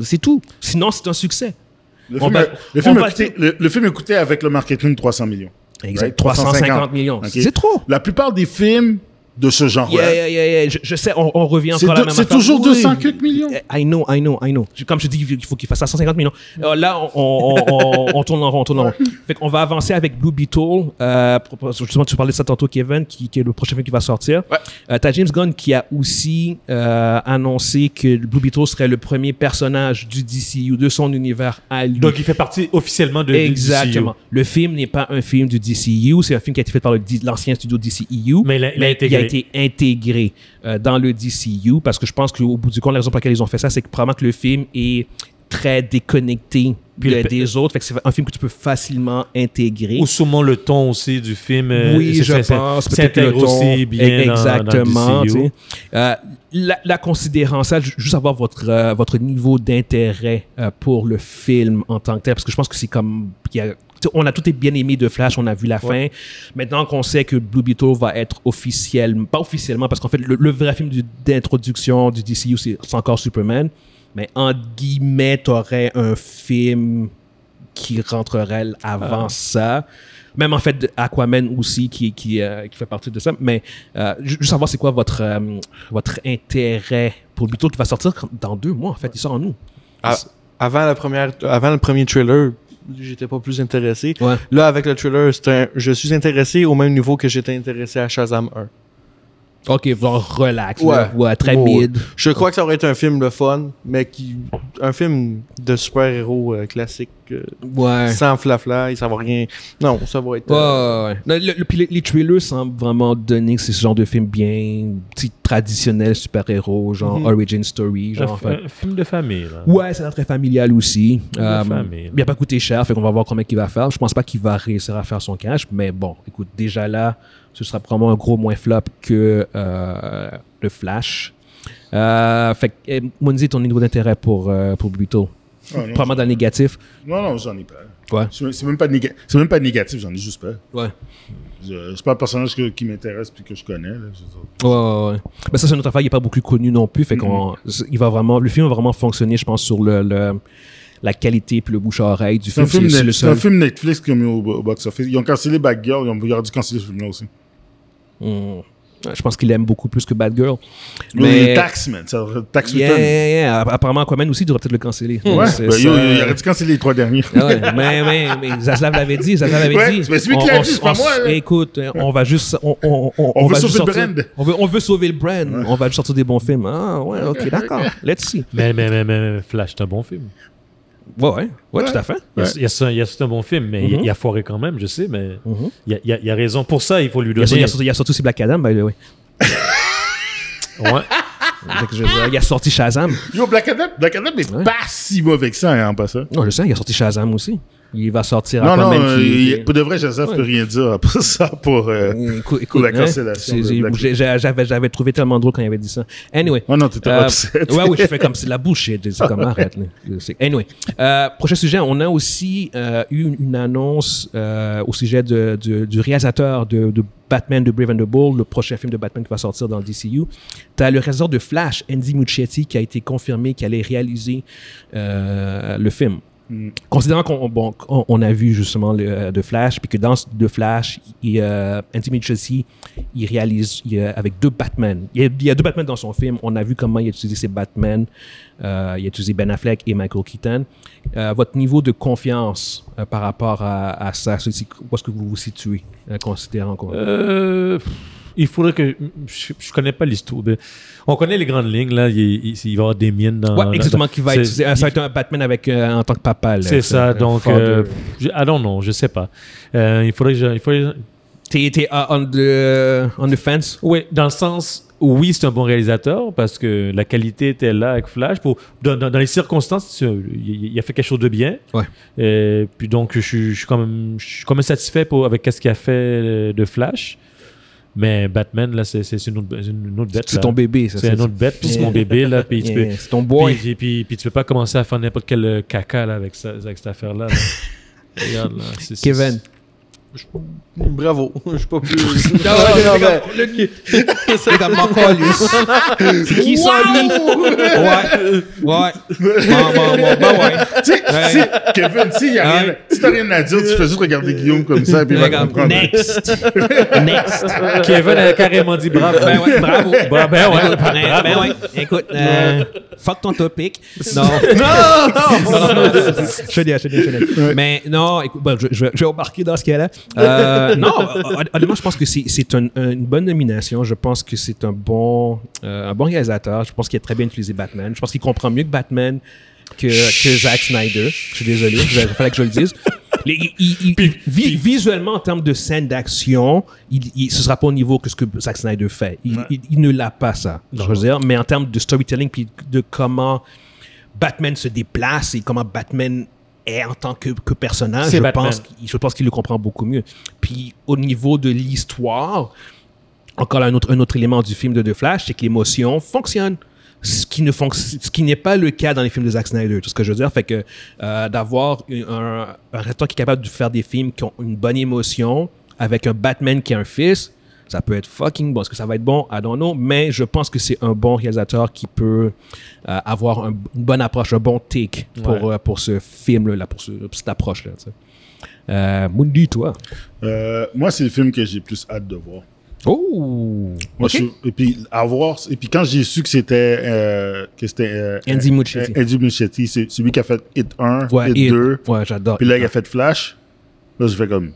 S1: C'est tout. Sinon, c'est un succès.
S3: Le
S1: On
S3: film,
S1: va-
S3: a- le
S1: on
S3: film a
S1: va-
S3: coûté- le- le film a coûté avec le marketing 300 millions.
S1: Exact.
S3: Right?
S1: 350 millions.
S3: Ok.
S1: C'est trop.
S3: La plupart des films de ce genre-là,
S1: Yeah, yeah, yeah, yeah. Je, je sais, on, on revient
S3: C'est
S1: encore à la
S3: deux-
S1: même
S3: c'est
S1: affaire. Eh,
S3: toujours 200 quelques millions.
S1: I know, I know, I know. Je- Comme je dis, il faut qu'il fasse à 150 millions. Euh, là, on, on, on, on tourne en rond, on tourne en rond. Fait qu'on va avancer avec Blue Beetle. Euh, pour- pour- justement, tu parlais de ça tantôt, Kevin, qui, qui est le prochain film qui va sortir.
S2: Ouais.
S1: Euh, T'as James Gunn qui a aussi euh, annoncé que Blue Beetle serait le premier personnage du DCU, de son univers à lui.
S4: Donc, il fait partie officiellement de E
S1: Exactement. Le film n'est pas un film du DCU, c'est un film qui a été fait par le D- E l'ancien studio DCEU.
S4: Mais il a- il a intégré.
S1: été intégré euh, dans le DCU parce que je pense qu'au bout du compte, la raison pour laquelle ils ont fait ça, c'est que probablement que le film est très déconnecté
S4: Puis
S1: de-
S4: le-
S1: des autres. Fait que c'est un film que tu peux facilement intégrer.
S4: Ou sûrement le ton aussi du film. euh,
S1: Oui,
S4: c'est-
S1: je
S4: c'est-
S1: pense.
S4: c'est-
S1: Peut-être que le
S4: s'intègre aussi
S1: ton-
S4: bien dans- E
S1: Exactement.
S4: dans le
S1: tu
S4: DCU.
S1: sais. Euh, la, la considérant ça, ju- juste avoir votre, euh, votre niveau d'intérêt euh, pour le film en tant que tel, parce que je pense que c'est comme... il y a- tu sais, on a tout été bien aimé de Flash, on a vu la fin. Maintenant qu'on sait que Blue Beetle va être officiel, pas officiellement, parce qu'en fait, le, le vrai film du- d'introduction du DCU, c'est c'est encore Superman, mais entre guillemets, t'aurais un film qui rentrerait avant ça. Même en fait, Aquaman aussi qui, qui, euh, qui fait partie de ça. Mais euh, ju- juste savoir c'est quoi votre, euh, votre intérêt pour le Beetle qui va sortir quand- dans deux mois en fait. Il sort en nous.
S2: À- avant, la première, avant le premier trailer, j'étais pas plus intéressé.
S1: Ouais.
S2: Là, avec le trailer, c'est un- je suis intéressé au même niveau que j'étais intéressé à Shazam 1.
S1: Ok, genre relax.
S2: Ouais.
S1: là. Ouais, très
S2: Ouais.
S1: mid.
S2: Je crois que ça aurait été un film le fun, mais qui un film de super-héros euh, classique, euh,
S1: Ouais.
S2: sans flafla, ça va rien. Non, ça va être.
S1: Ouais,
S2: euh,
S1: ouais, ouais. Non, le- le- puis les, les trailers semblent vraiment donner que c'est ce genre de film bien petit, traditionnel, super-héros, genre
S2: Mhm.
S1: origin story, genre
S4: Un,
S1: en fait.
S4: un film de famille. Là.
S1: Ouais, ça a l'air très familial aussi.
S4: Très
S1: Euh,
S4: familial.
S1: il a pas coûté cher, fait qu'on va voir combien il va faire. Je pense pas qu'il va réussir à faire son cash, mais bon, écoute, déjà là, ce sera probablement un gros moins flop que euh, le Flash. Euh, fait que, eh, Mounzi, ton niveau d'intérêt pour, euh, pour Buto
S3: Ah, non,
S1: Probablement dans le négatif.
S3: Non, non, j'en ai pas.
S1: Ouais.
S3: C'est c'est même pas, néga- c'est même pas négatif, j'en ai juste pas.
S1: Ouais.
S3: Je- C'est pas un personnage que- qui m'intéresse puis que je connais. Là, je veux dire.
S1: Ouais, ouais, ouais. Ben ça, c'est une autre affaire. Il n'est pas beaucoup connu non plus. Fait qu'on, c'est- il va vraiment, le film va vraiment fonctionner, je pense, sur le, le- la qualité puis le bouche à oreille du
S3: C'est un,
S1: film. C'est
S3: film
S1: c'est
S3: Net-
S1: le
S3: c'est
S1: seul.
S3: un film Netflix qui a mis au, au box-office. Ils ont cancellé Bad Girl, ils ont, ils auraient dû canceller ce film-là aussi.
S1: Mm. Je pense qu'il aime beaucoup plus que Bad Girl.
S3: Mais Tax, man, ça aurait- Tax
S1: Yeah,
S3: Return.
S1: yeah, yeah. App- Apparemment, Aquaman aussi devrait peut-être le canceller.
S3: Ouais,
S1: C'est
S3: ben,
S1: ça.
S3: yo, yo, il aurait dû canceller les trois derniers.
S1: Ah ouais, mais, mais, mais Zaslav l'avait dit, Zaslav l'avait
S3: Ouais,
S1: dit.
S3: mais c'est lui qui l'a dit, c'est pas
S1: s-
S3: moi, là.
S1: Écoute, hein, on va juste, on, on, on,
S3: On veut
S1: va juste
S3: sauver le
S1: sortir-
S3: brand.
S1: On veut, on veut sauver le brand. On va juste sortir des bons films. Ah ouais, ok, d'accord. Let's see.
S4: Mais, mais, mais, mais, mais Flash, c'est un bon film.
S1: Ouais, ouais, ouais, Mm-hmm. tout à fait.
S4: Il y a- il y a ça- il y a c'est un bon film, mais il y a- il y a foiré quand même, je sais, mais
S1: Mhm.
S4: il y a- il y a- il y a raison. Pour ça, il faut
S1: Il
S4: lui
S1: y a,
S4: donner.
S1: il y a surtout- il y a surtout aussi Black Adam, by the way.
S4: Ouais.
S1: Fait que je veux dire, Il y a sorti Shazam.
S3: Yo, Black Adam, Black Adam est
S1: Ouais.
S3: pas si mauvais que ça, hein, en passant.
S1: Non, je sais, il y a sorti Shazam aussi. Il va sortir
S3: Non, non,
S1: Aquaman
S3: euh,
S1: qui-
S3: il- pour de vrai, Joseph
S1: Ouais.
S3: peut rien dire après ça pour. euh,
S1: Écoute, écoute,
S3: Pour la
S1: hein,
S3: cancellation
S1: c'est-
S3: de
S1: j'ai-
S3: Black-
S1: j'ai- j'ai- j'avais, j'avais trouvé tellement drôle quand il avait dit ça. Anyway.
S3: Oh non, t'étais
S1: Euh,
S3: upset.
S1: Ouais, ouais, je fais comme c'est de la bouche. C'est comme arrête. là. C'est- Anyway. Euh, prochain sujet, on a aussi euh, eu une, une annonce euh, au sujet de, de- du réalisateur de, de Batman de Brave and the Bold, le prochain film de Batman qui va sortir dans le DCU. T'as le réalisateur de Flash, Andy Muschietti, qui a été confirmé qu'il allait réaliser euh, le film. Considérant qu'on bon, qu'on- on a vu justement le, euh, de Flash, puis que dans The Flash, il, euh, Anthony Chelsea, il réalise il, euh, avec deux Batman. Il y, a, il y a deux Batman dans son film. On a vu comment il a utilisé ses Batman. Euh, il a utilisé Ben Affleck et Michael Keaton. Euh, votre niveau de confiance euh, par rapport à, à ça, c'est- c'est- où est-ce que vous vous situez, euh, considérant qu'on...
S4: Euh, pff, il faudrait que. Je, je connais pas l'histoire. de- On connaît les grandes lignes, là. Il, il- il va y avoir des miennes dans. dans-
S1: ouais, exactement,
S4: dans-
S1: qui va
S4: c'est-
S1: être, c'est- ça va être un Batman avec, euh, en tant que papa. là.
S4: C'est ça,
S1: un
S4: donc.
S1: father.
S4: euh, je- ah non, non, je sais pas. Euh, il faudrait que je. il faudrait-
S1: T'es t'es, euh, on, the, on the fence?
S4: Oui, dans le sens, oui, c'est un bon réalisateur parce que la qualité était là avec Flash. Pour, dans, dans- dans les circonstances, tu- il, il a fait quelque chose de bien.
S1: Ouais.
S4: Euh, puis donc, je, suis- je suis quand même, je suis quand même satisfait pour, avec ce qu'il a fait euh, de Flash. Mais Batman, là, c'est c'est une, autre- c'est une autre bête.
S1: C'est
S4: là.
S1: ton bébé, ça.
S4: C'est une autre bête, puis c'est mon bébé, là. Puis tu peux.
S1: Yeah, C'est ton boy.
S4: Puis, puis, puis- puis tu peux pas commencer à faire n'importe quel euh, caca là, avec, ça- avec cette affaire-là. là. Regarde, là. c'est- c'est-
S1: Kevin.
S2: Bravo. Je suis pas plus.
S1: Non, non, mais- C'est comme mon colus. C'est qui ça, lui? Ouais. Ouais. Bon, bon, bon, ben ouais.
S3: Tu sais, si, Kevin, si y a
S1: Ouais.
S3: rien, si t'as rien à dire, tu fais juste regarder Guillaume comme ça, puis il va
S1: Regarde,
S3: comprendre.
S1: Next. Next.
S4: Kevin a carrément dit bravo.
S1: Ben ouais, bravo.
S4: Bah, ben ouais,
S1: Écoute, ben, ben ouais. Écoute, euh, fuck ton topic. Non. non, non, non, Je te dis, je te dis, je te dis. Mais non, écoute, bon, je, je vais- je vais embarquer dans ce qu'il y a là. Euh, non, hon- honnêtement, je pense que c'est- c'est un- une bonne nomination. Je pense que c'est un bon, euh, un bon réalisateur. Je pense qu'il a très bien utilisé Batman. Je pense qu'il comprend mieux que Batman que, que Zack Snyder. Je suis désolé, je- il fallait que je le dise. Les- il- il- il- vi- visuellement, en termes de scène d'action, il, il- ce sera pas au niveau que ce que Zack Snyder fait. Il, il- il ne l'a pas, ça. Je veux dire, mais en termes de storytelling, puis de comment Batman se déplace et comment Batman est en tant que, que personnage,
S4: C'est
S1: je
S4: Batman.
S1: pense, qu'il- je pense qu'il le comprend beaucoup mieux. Puis au niveau de l'histoire, encore un autre, un autre élément du film de The Flash, c'est que l'émotion fonctionne. Ce qui, ne fonc- ce qui n'est pas le cas dans les films de Zack Snyder. Tout ce que je veux dire, fait que euh, d'avoir une- un, un réalisateur qui est capable de faire des films qui ont une bonne émotion avec un Batman qui a un fils, ça peut être fucking bon. Est-ce que ça va être bon? I don't know. Mais je pense que c'est un bon réalisateur qui peut euh, avoir un- une bonne approche, un bon take pour,
S4: Ouais.
S1: euh, pour ce film-là, pour, ce- pour cette approche-là. tu sais. Euh, Mundi, toi.
S3: Euh, moi, c'est le film que j'ai plus hâte de voir.
S1: Oh!
S3: Moi, je, et puis avoir et puis quand j'ai su que c'était euh, que c'était euh,
S1: Andy
S3: euh,
S1: Muschietti.
S3: euh, Andy Muschietti, c'est celui qui a fait Hit 1,
S1: Ouais,
S3: Hit
S1: et-
S3: 2,
S1: Ouais, j'adore.
S3: puis là il a fait Flash. Là, je fais comme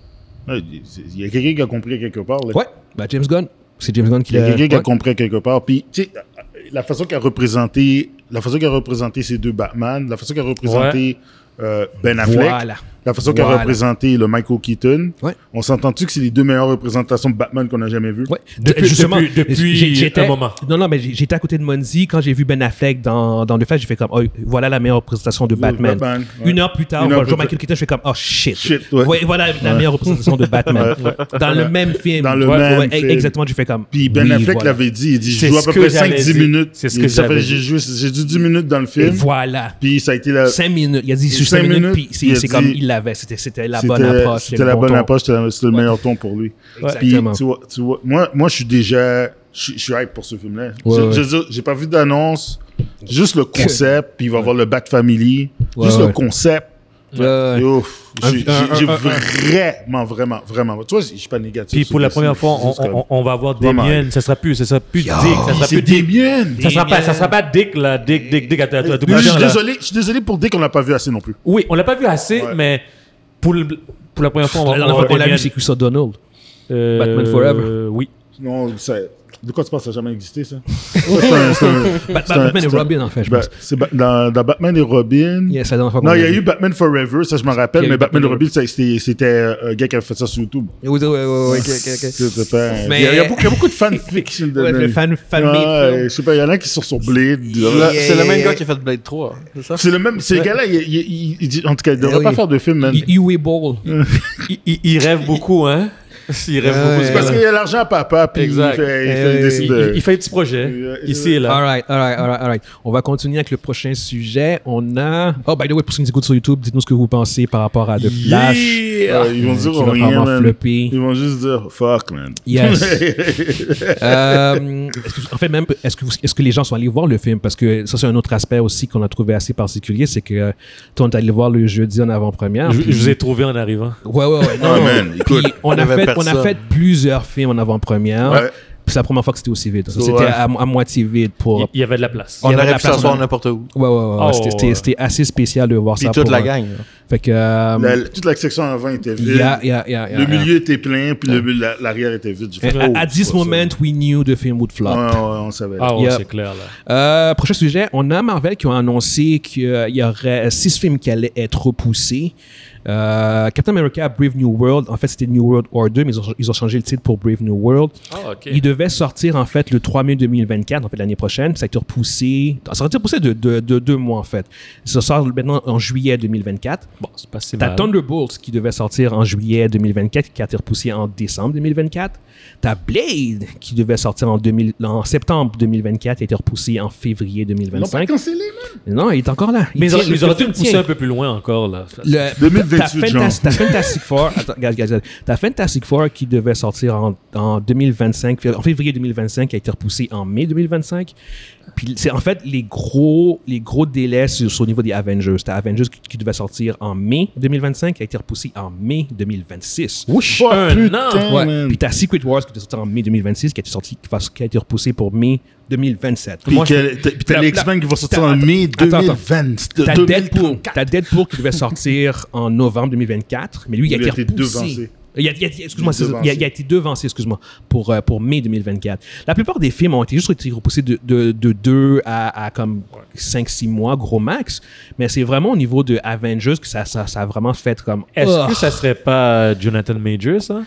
S3: là, il il y a quelqu'un qui a compris quelque part. là.
S1: Ouais, bah James Gunn. C'est James Gunn qui
S3: Il y a
S1: l'a.
S3: quelqu'un qui a
S1: Euh, ouais.
S3: compris quelque part. Puis, tu sais, la façon qu'il a représenté, la façon qu'il a représenté ces deux Batman, la façon qu'il a représenté euh, Ben Affleck,
S1: Voilà.
S3: la façon qu'il
S1: Voilà.
S3: a représenté le Michael Keaton,
S1: Ouais.
S3: on s'entend-tu que c'est les deux meilleures représentations de Batman qu'on a jamais vues?
S1: Ouais.
S4: Depuis-
S1: De- justement,
S4: depuis- depuis
S1: j'ai- j'étais-
S4: un moment.
S1: Non, non, mais j'ai- j'étais à côté de Monzi. Quand j'ai vu Ben Affleck dans, dans le flash, j'ai fait comme, oh, voilà la meilleure représentation de Batman.
S3: Batman, ouais.
S1: Une heure plus tard,
S3: Une heure
S1: je vois
S3: plus
S1: Michael Keaton, je fais comme, oh shit.
S3: Shit, ouais.
S1: Ouais, voilà la meilleure représentation de Batman. Dans le même film.
S3: Dans le
S1: Ouais,
S3: même
S1: ouais,
S3: film.
S1: Exactement, j'ai fait comme.
S3: Puis Ben
S1: oui,
S3: Affleck
S1: voilà.
S3: l'avait dit, il dit, je
S4: C'est
S3: joue à
S4: ce
S3: peu
S4: que
S3: près
S4: j'avais
S3: 5-10
S4: dit.
S3: minutes.
S4: C'est ce
S3: Il
S4: que
S3: dit, ça
S4: j'avais
S3: fait-
S4: dit.
S3: J'ai joué, j'ai dû 10 minutes dans le
S1: Et
S3: film,
S1: voilà.
S3: puis ça a été la...
S1: Cinq minutes. Il a dit sur
S3: Euh, Cinq
S1: cinq minutes,
S3: minutes,
S1: puis
S3: il
S1: c'est
S3: a
S1: c'est comme,
S3: dit-
S1: il l'avait. C'était- C'était la
S3: c'était-
S1: bonne approche.
S3: C'était la
S1: le bon
S3: bonne
S1: ton.
S3: approche, c'était c'était le meilleur ton pour lui. Puis,
S1: Exactement.
S3: tu vois, tu vois, moi, moi je suis déjà. Je, je suis hype pour ce film-là.
S1: Ouais,
S3: Je-
S1: ouais.
S3: je veux dire, J'ai pas vu d'annonce, juste le concept, puis il va y avoir le Bat Family.
S1: Ouais,
S3: juste
S1: ouais.
S3: le concept.
S1: Ouais.
S3: Et ouf,
S1: Un-
S3: j'ai j'ai-
S1: un-
S3: j'ai
S1: un- un-
S3: vraiment, vraiment, vraiment. Tu vois, je suis pas négatif.
S4: Puis
S3: sur
S4: pour la
S3: Destiny.
S4: première fois,
S3: C'est
S4: on,
S3: juste comme-
S4: on- on va avoir des
S3: Vraiment.
S4: miennes. Ça sera plus, ça sera plus Dick. Ça sera
S3: C'est
S4: plus Dick.
S3: Damien!
S4: Ça sera pas, ça sera pas Dick là, Dick, Dick, Dick. Attends, attends,
S3: Je suis
S4: attends, là.
S3: désolé, je suis désolé pour dire qu'on l'a pas vu assez non plus.
S4: Oui, on l'a pas vu assez,
S3: Ouais.
S4: mais pour, le- pour la première fois, on va
S1: La dernière
S4: on va
S1: fois qu'on
S4: avoir
S1: l'a
S4: des
S1: vu,
S4: miennes.
S1: c'est Chris O'Donnell.
S4: Euh,
S1: Batman Forever.
S4: Oui.
S3: Non, ça- de quoi tu penses, ça n'a jamais existé, ça? C'est un- c'est un-
S1: Bat-
S3: c'est un-
S1: Batman et
S3: c'est un-
S1: Robin, en fait, je
S3: Ben,
S1: pense.
S3: c'est Ba- dans, dans Batman et Robin.
S1: Yeah, c'est la dernière fois qu'on
S3: Non, il y
S1: l'a
S3: a
S1: vu.
S3: eu Batman Forever, ça je m'en rappelle,
S1: Il y a
S3: mais
S1: eu Batman
S3: Batman, Robin, ça, c'était c'était, euh, un gars qui a fait ça sur YouTube.
S1: Oui, oui, oui, oui, ok, ok, ok.
S3: C'est- c'est pas-
S1: Mais-
S3: Il y a- il y, a beaucoup- il y a beaucoup de fanfiction de
S1: Ouais,
S3: de-
S1: le fan- fan
S3: Ouais,
S1: made, là.
S3: Je sais pas, il y en a qui sont sur Blade.
S2: Là,
S3: là.
S1: Yeah,
S2: c'est le
S1: yeah,
S2: même
S1: yeah.
S2: gars qui a fait Blade 3, c'est ça?
S3: C'est le même, ces gars-là, ils- ils- ils- ils disent- en tout cas, ils devraient
S1: Eh
S3: pas
S1: oui.
S3: faire de film, man.
S1: Huey Ball.
S4: Il, il- il rêve beaucoup, hein.
S2: S'il rêve
S5: Ouais,
S2: beaucoup,
S5: ouais,
S3: C'est
S2: c'est
S3: parce
S5: ouais.
S2: parce
S3: qu'il y a l'argent à papa, puis il
S2: Exact.
S3: fait, il
S5: Eh
S3: fait- il
S5: oui,
S3: décide
S4: Il,
S3: de-
S4: il- il fait des petits projets,
S3: Euh,
S4: ici et là.
S5: Alright, alright, alright, alright.
S1: On va continuer avec le prochain sujet. On a. Oh, by the way, pour ceux qui nous écoutent sur YouTube, dites-nous ce que vous pensez par rapport à The Flash. ah,
S3: Euh, ils vont dire
S1: Qui va
S3: rien,
S1: vraiment
S3: man.
S1: flopper.
S3: Ils vont juste dire fuck, man.
S1: Yes. Euh, est-ce que- en fait, même, est-ce que, vous- est-ce que les gens sont allés voir le film? Parce que ça, c'est un autre aspect aussi qu'on a trouvé assez particulier. C'est que euh, toi, on est allé le voir le jeudi en avant-première.
S4: Je,
S1: puis-
S4: je vous ai trouvé en arrivant.
S1: Ouais, ouais, ouais. Non,
S3: Ouais, Ah, man, écoute,
S1: Puis on,
S2: il y
S1: a
S2: avait
S1: fait, on a
S2: personne.
S1: fait plusieurs films en avant-première.
S3: Ouais.
S1: Puis C'est la première fois que c'était aussi vide. Ça,
S3: Ouais.
S1: C'était à, à moitié vide pour.
S4: Il, il y avait de la place.
S2: qu'on
S1: y avait de
S2: aurait
S1: la
S2: pu
S1: place,
S2: s'asseoir
S1: man.
S2: n'importe où.
S1: Ouais, ouais, ouais.
S4: Oh,
S1: c'était, c'était-
S4: ouais.
S1: c'était assez spécial de voir
S2: Puis
S1: ça.
S2: toute
S1: pour-
S2: la gang. là.
S1: Fait que. euh,
S3: La- toute la section avant était vide.
S1: yeah, yeah, yeah, yeah,
S3: le
S1: yeah.
S3: milieu était plein, puis le- la- l'arrière était vide. J'ai fait,
S1: Et à-
S3: oh,
S1: à
S3: c'est
S1: this
S3: pas ça.
S1: moment, we knew the film would flop.
S3: Ouais, ouais, on savait.
S4: Ah ouais,
S1: Yep.
S4: c'est clair, là.
S1: Euh, prochain sujet, on a Marvel qui a annoncé qu'il y aurait six films qui allaient être repoussés. Euh, Captain America Brave New World, en fait c'était New World Order, mais ils ont, ils ont changé le titre pour Brave New World.
S4: Ah, ok.
S1: Il devait sortir en fait le 3 mai 2024, en fait l'année prochaine, puis ça a été repoussé, ça a été repoussé de, de- de deux mois en fait. Ça sort maintenant en juillet 2024.
S4: Bon, c'est pas si
S1: T'as
S4: mal.
S1: Thunderbolts qui devait sortir en juillet 2024, qui a été repoussé en décembre 2024. T'as Blade qui devait sortir en, 2000 en septembre 2024, qui a été repoussé en février
S3: Ils l'ont pas
S1: 2025.
S3: cancellé, man.
S1: Non, il est encore là. Il
S4: Mais ils
S1: tient,
S4: auraient-
S1: le-
S4: ils auraient
S1: le
S4: dû
S1: film
S4: le pousser
S1: tient.
S4: un peu plus loin encore, là.
S1: Le-
S3: 2028,
S1: t'as
S3: genre.
S1: Fantas- T'as Fantastic Four. Attends, regarde, regarde, regarde. T'as Fantastic Four qui devait sortir en, en 2025, en février 2025, qui a été repoussé en mai 2025. Puis c'est en fait les gros, les gros délais sur, sur le niveau des Avengers. T'as Avengers qui, qui devait sortir en mai 2025, qui a été repoussé en mai 2026.
S4: Wouh,
S3: Fuck,
S4: un
S3: putain,
S4: an!
S1: Ouais.
S3: man.
S1: Puis t'as Secret Wars qui était sorti en mai 2026, qui a été, sorti, qui va- qui a été repoussé pour mai 2027.
S3: Puis
S1: Moi,
S3: que- t'as- puis t'as
S1: la-
S3: les X-Men qui vont sortir en
S1: attends,
S3: mai
S1: attends, attends.
S3: 2020.
S1: T'as
S3: 2034.
S1: Deadpool, t'as Deadpool qui devait sortir en novembre 2024, mais lui, il a
S3: Il a
S1: été
S3: été
S1: repoussé.
S3: devancé.
S1: Il a, il a- excuse-moi,
S3: Il a
S1: c'est ça,
S3: devancé.
S1: il a, il a été devancé, excuse-moi, pour, euh, pour mai 2024. La plupart des films ont été juste été repoussés de, de, de deux à, à comme 5-6 mois, gros max. Mais c'est vraiment au niveau de Avengers que ça, ça, ça a vraiment fait comme.
S4: Est-ce
S1: oh.
S4: que ça serait pas Jonathan Major, ça?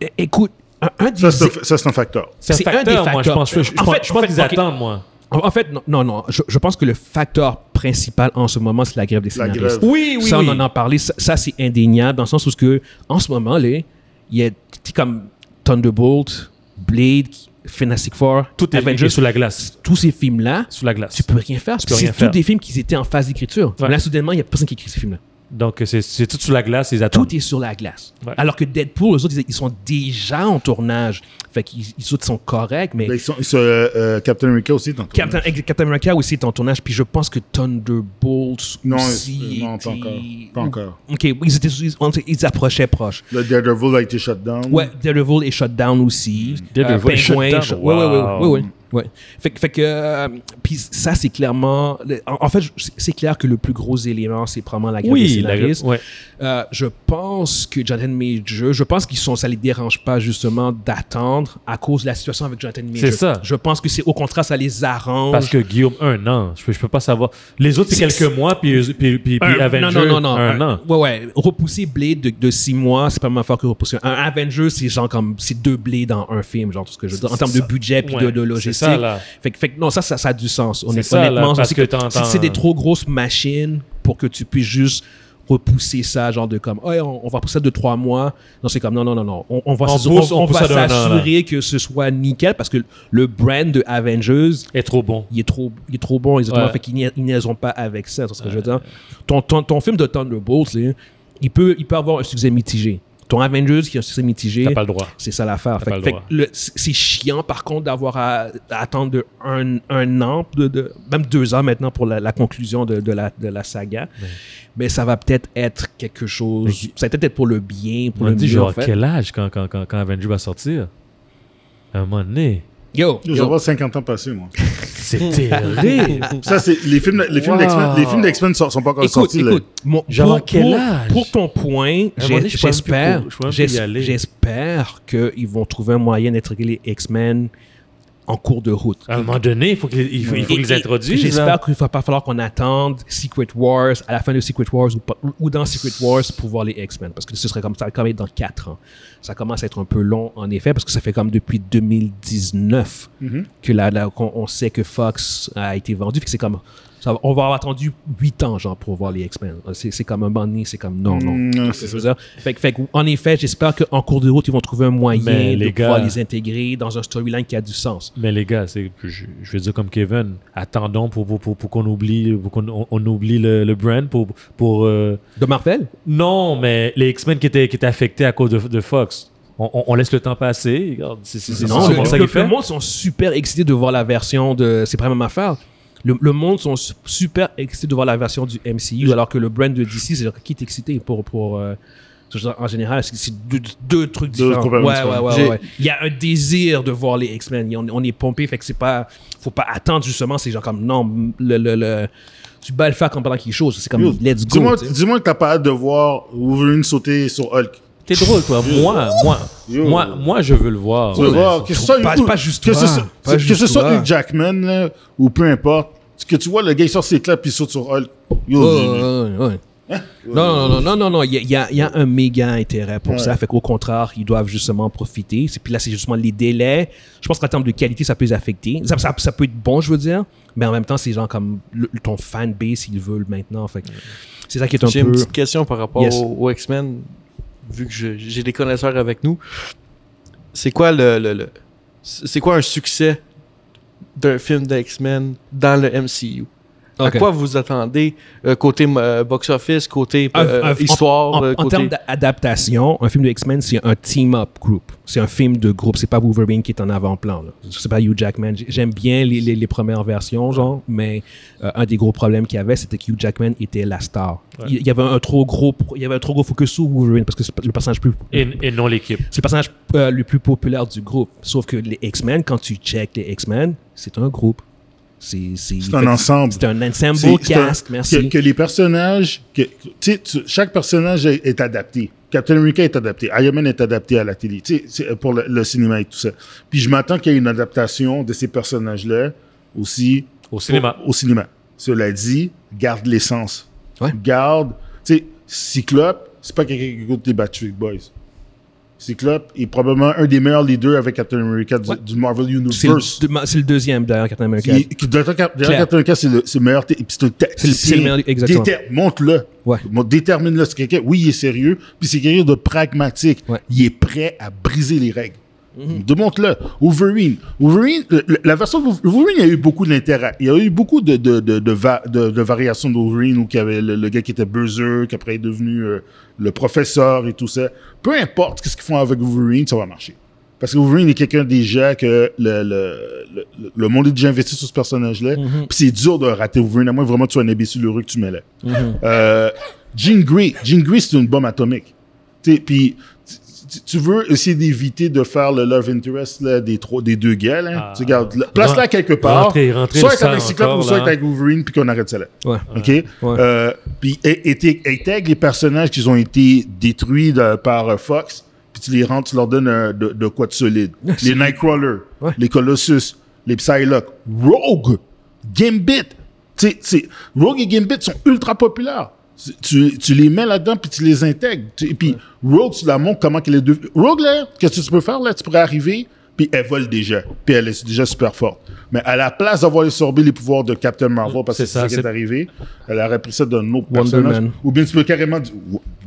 S1: É- Écoute, un, un des.
S3: Ça, c'est un- ça, c'est un facteur.
S1: C'est
S4: Oh. C'est
S1: un
S4: un
S1: des
S4: facteur, moi, je
S1: facteurs.
S4: pense. Je, je
S1: En
S4: pense-
S1: fait,
S4: je pense
S1: en
S4: qu'ils
S1: fait, ok.
S4: attendent, moi.
S1: en, en fait, non, non, non. Je, je pense que le facteur principal en ce moment, c'est la grève des
S3: La
S1: scénaristes.
S3: grève.
S4: Oui, oui,
S1: ça,
S4: oui.
S1: on en a parlé. Ça, ça, c'est indéniable dans le sens où, ce que, en ce moment, là, il y a t'sais, comme Thunderbolt, Blade, Fantastic Four,
S4: Tout est
S1: Avengers,
S4: sous la glace.
S1: tous ces films-là,
S4: Sous la glace.
S1: tu peux rien faire.
S4: peux
S1: c'est
S4: rien
S1: tous
S4: faire.
S1: des films qui étaient en phase d'écriture.
S4: Ouais.
S1: Là, soudainement, il n'y a personne qui écrit ces films-là.
S4: Donc, c'est- c'est tout sous la glace, ils attendent.
S1: Tout est sur la glace.
S4: Ouais.
S1: Alors que Deadpool, eux autres, ils- ils sont déjà en tournage. Fait qu'ils ils autres sont corrects, mais
S3: Ben, ils sont, ils sont, euh, euh, Captain America aussi, donc.
S1: Captain, ex- Captain America aussi est en tournage, puis je pense que Thunderbolts
S3: Non,
S1: aussi
S3: euh, non, pas
S1: était-
S3: encore. Pas encore.
S1: Ok, oui, ils, étaient, ils, ils approchaient proches.
S3: Le Daredevil a été shut down.
S1: Ouais, Daredevil est shut down aussi. Euh,
S4: Daredevil est shut
S1: Penguin
S4: down,
S1: shut- Ouais, ouais, ouais,
S4: wow.
S1: ouais, ouais, ouais. Fait, que- fait que, euh, puis ça c'est clairement, le- en, en fait, je- c'est- c'est clair que le plus gros élément c'est probablement la grève des
S4: Oui, la
S1: scénaristes.
S4: ouais.
S1: Euh, je pense que Jonathan Major, je pense qu'ils sont, ça les dérange pas justement d'attendre à cause de la situation avec Jonathan Major.
S4: C'est ça.
S1: Je pense que c'est au contraire ça les arrange.
S4: Parce que Guillaume, un an. Je peux, je peux pas savoir. Les autres, c'est
S1: C'est-
S4: quelques mois, puis, eux- puis, puis, puis
S1: Un-
S4: Avengers,
S1: non, non, non, non.
S4: un an.
S1: Ouais, ouais. Repousser Blade de, de six mois, c'est pas mal fort que repousser. Un Avengers, c'est genre comme, c'est deux Blades dans un film, genre, tout ce que je veux dire. En termes de
S4: ça.
S1: budget puis
S4: Ouais,
S1: de, de
S4: c'est
S1: logistique.
S4: ça, là.
S1: Fait, que- fait que non, ça, ça, ça a du sens. Honnêtement,
S4: C'est ça, là,
S1: honnêtement,
S4: parce
S1: c'est
S4: que t'entends- euh,
S1: c'est- c'est des trop grosses machines pour que tu puisses juste repousser ça, genre de comme, ouais, on, on va repousser ça de trois mois. Non, c'est comme, non, non, non, non. On, on va
S4: On
S1: s-
S4: pousse-
S1: on-
S4: on
S1: on
S4: pousse
S1: va
S4: ça d'un an, là.
S1: s'assurer que ce soit nickel parce que le brand de Avengers,
S4: Est trop bon.
S1: il est trop, il est trop bon, exactement.
S4: Ouais.
S1: Fait qu'ils nia- ils niaiseront pas avec ça. C'est ce que je veux dire. Ton, ton, ton film de Thunderbolts, là, il, peut, il peut avoir un succès mitigé. Ton Avengers qui a un succès mitigé,
S4: T'as pas le droit.
S1: c'est ça l'affaire. Fait,
S4: pas le
S1: fait que
S4: droit.
S1: le- c'est c'est chiant, par contre, d'avoir à, à attendre de un, un an, de, de- même deux ans maintenant pour la, la conclusion de, de la, de la saga. Mais ça va peut-être être quelque chose. Ça va peut-être être pour le bien, pour
S4: On
S1: le
S4: me dit,
S1: mieux,
S4: genre,
S1: en fait.
S4: quel âge quand, quand, quand, quand Avengers va sortir À un moment donné.
S1: Yo,
S3: Je vais
S1: yo.
S3: avoir 50 ans passés, moi.
S4: C'est terrible.
S3: Ça, c'est, les films, les films
S4: Wow.
S3: d'X-Men, les films d'X-Men sont, sont pas encore
S1: Écoute,
S3: sortis, là.
S1: écoute, mon-
S4: Genre, à
S1: pour,
S4: quel
S1: pour-
S4: âge?
S1: pour ton point,
S4: À un
S1: j'ai-
S4: moment donné, je pourrais même plus
S1: j'espère,
S4: pour- je pourrais même plus y
S1: j'es-
S4: aller.
S1: j'espère qu'ils vont trouver un moyen d'intégrer les X-Men en cours de route.
S4: À un moment donné, il faut qu'ils il faut, il faut
S1: Et-
S4: qu'ils les
S1: et-
S4: introduisent. hein. là.
S1: J'espère qu'il ne va pas falloir qu'on attende Secret Wars, à la fin de Secret Wars ou, pas- ou- ou dans Secret Wars pour voir les X-Men. Parce que ce serait comme ça, quand même, dans 4 ans. Ça commence à être un peu long, en effet, parce que ça fait comme depuis 2019 que la- la- qu'on on sait que Fox a été vendu. Fait que c'est comme. ça va- on va avoir attendu huit ans, genre, pour voir les X-Men. C'est c'est comme un moment donné, c'est comme non, non.
S3: Mm,
S1: Je
S3: c'est ça.
S1: veux dire, fait, que- fait que, en effet, j'espère qu'en cours de route, ils vont trouver un moyen
S4: Mais
S1: de
S4: les
S1: pouvoir
S4: gars-
S1: les intégrer dans un storyline qui a du sens.
S4: Mais les gars, c'est, je, je vais dire comme Kevin, attendons pour, pour, pour, pour qu'on oublie, pour qu'on on- on oublie le, le brand. Pour, pour, euh,
S1: De Marvel?
S4: Non, mais les X-Men qui étaient, qui étaient affectés à cause de, de Fox, on, on- on laisse le temps passer. Regarde, c'est, c'est, c'est,
S1: Non,
S4: c'est
S1: le,
S4: ça
S1: le-
S4: qu'il fait.
S1: le monde sont super excités de voir la version de. C'est pas la même affaire. Le, le monde sont su- super excités de voir la version du MCU, alors que le brand de DC, c'est qui est excité pour. pour euh, je veux dire, en général, c'est- c'est deux, deux trucs
S3: Deux
S1: différents.
S3: complètement
S1: Ouais, ouais,
S3: différents.
S1: ouais,
S2: J'ai-
S1: ouais, ouais. Il y a un désir de voir les X-Men. On, on est pompé, fait que c'est pas. Faut pas attendre justement. C'est genre comme non, le, le, le- tu bats le fac en pendant quelque chose. C'est comme
S3: Yo,
S1: let's go.
S3: Dis-moi
S1: tu sais.
S3: dis-moi que t'as pas hâte de voir Wolverine sauter sur Hulk.
S4: T'es drôle, toi. Moi, moi,
S3: Yo.
S4: moi, moi, je veux le voir.
S3: Tu vas voir, que ce soit,
S1: pas-
S3: Hugh-
S1: pas juste
S3: que ce
S1: toi, hein.
S3: soit-
S1: pas
S3: que ce
S1: juste
S3: soit
S1: toi.
S3: Hugh Jackman là, ou peu importe, que tu vois le gars il sort ses claps puis il saute sur Hulk. Yo,
S1: Oh,
S3: j'ai-
S1: ouais, ouais. Non, non, non, non, non, non, il y a- il y, a- il y a un méga intérêt pour
S3: Ouais.
S1: ça. Fait qu'au contraire, ils doivent justement en profiter. C'est- Puis là, c'est justement les délais. Je pense qu'en termes de qualité, ça peut les affecter. Ça, ça- ça peut être bon, je veux dire. Mais en même temps, c'est genre comme le- ton fanbase, ils le veulent maintenant. Fait que c'est ça qui est un
S2: J'ai une
S1: peu.
S2: petite question par rapport
S1: Yes.
S2: aux aux X-Men, vu que je- j'ai des connaisseurs avec nous. C'est quoi le, le- le- c'est quoi un succès d'un film de X-Men dans le MCU
S1: Ok.
S2: À quoi vous attendez euh, côté euh, box-office, côté
S1: Un-
S2: euh,
S1: un- Ah, en-
S2: histoire,
S1: En,
S2: euh,
S1: en
S2: côté
S1: termes d'adaptation, un film de X-Men, c'est un team-up group. C'est un film de groupe. C'est pas Wolverine qui est en avant-plan. là. C'est pas Hugh Jackman. J- J'aime bien les, les- les premières versions, genre, mais euh, un des gros problèmes qu'il y avait, c'était que Hugh Jackman était la star. Il, il y avait un trop gros, pro- il y avait un trop gros focus sur Wolverine parce que c'est le personnage plus
S4: Et, et non l'équipe.
S1: c'est le personnage euh, le plus populaire du groupe. Sauf que les X-Men, quand tu check les X-Men, c'est un groupe. C'est c'est-
S3: C'est un ensemble.
S1: C'est un ensemble
S3: C'est- c'est un-
S1: cast,
S3: Que,
S1: merci.
S3: que les personnages, que, que- tu sais, tu- chaque personnage est, est adapté. Captain America est adapté, Iron Man est adapté à la télé, tu sais, c'est pour le, le cinéma et tout ça. Puis je m'attends qu'il y ait une adaptation de ces personnages-là aussi
S4: Au cinéma.
S3: Au, au cinéma. Cela dit, garde l'essence.
S1: Ouais.
S3: Garde, tu sais, Cyclope, c'est pas quelqu'un qui écoute les Backstreet Boys. Cyclope est probablement un des meilleurs leaders avec Captain America du,
S1: Ouais.
S3: du Marvel Universe.
S1: C'est le, c'est le deuxième d'ailleurs, Captain America.
S3: Qui- qui- Dr. Cap- Dr.
S1: Claire.
S3: Captain K, c'est le, c'est le meilleur. thé- puis C'est un tacticien.
S1: c'est le meilleur- exactement.
S3: Déter- Montre-le.
S1: Ouais.
S3: Mon- Détermine-le. C'est quelqu'un. Oui, il est sérieux. Puis c'est quelqu'un de pragmatique.
S1: Ouais.
S3: Il est prêt à briser les règles. Mm-hmm. Démontre-le. Wolverine. Wolverine, le- le- la version de Wolf- Wolverine, il y a eu beaucoup d'intérêt. Il y a eu beaucoup de, de, de, de, va- de- de variations de Wolverine où il y avait le, le gars qui était Buzzer, qui après est devenu euh, le professeur et tout ça. Peu importe ce qu'ils font avec Wolverine, ça va marcher. Parce que Wolverine est quelqu'un déjà que le, le, le, le monde est déjà investi sur ce personnage-là.
S1: Mhm.
S3: Puis c'est dur de rater Wolverine, à moins vraiment que tu sois un imbécile heureux que tu mets là. Euh, Jean Grey, Jean Grey, c'est une bombe atomique. Tu sais, Puis tu- tu- tu veux essayer d'éviter de faire le love interest là, des, trois, des deux gars. Là.
S4: Ah.
S3: tu regardes, là, place-la quelque part.
S4: Rentrez- rentrez
S3: soit
S4: le
S3: être avec
S4: sang
S3: Cyclope ou
S4: encore,
S3: soit
S4: là.
S3: être avec Wolverine, puis qu'on arrête ça là.
S1: Ouais.
S3: OK? Euh, puis et- et t'es- intègre les personnages qui ont été détruits de- par euh, Fox, puis tu les rends, tu leur donnes un- de, de quoi de solide. les Nightcrawler,
S1: Ouais.
S3: les Colossus, les Psylocke, Rogue, Gambit. T'sais, t'sais, Rogue et Gambit sont ultra populaires. C'est- Tu, tu les mets là-dedans, puis tu les intègres. Tu- Et puis Rogue, tu la montres comment qu'elle est devenue. Rogue, là, qu'est-ce que tu peux faire là? Tu pourrais arriver, puis elle vole déjà, puis elle est déjà super forte. Mais à la place d'avoir absorbé les pouvoirs de Captain Marvel, parce que
S4: C'est
S3: c'est
S4: ça,
S3: ça qui
S4: c'est-
S3: est arrivé, elle aurait pris ça d'un autre
S1: Wonder
S3: personnage.
S1: Man.
S3: Ou bien tu peux carrément dire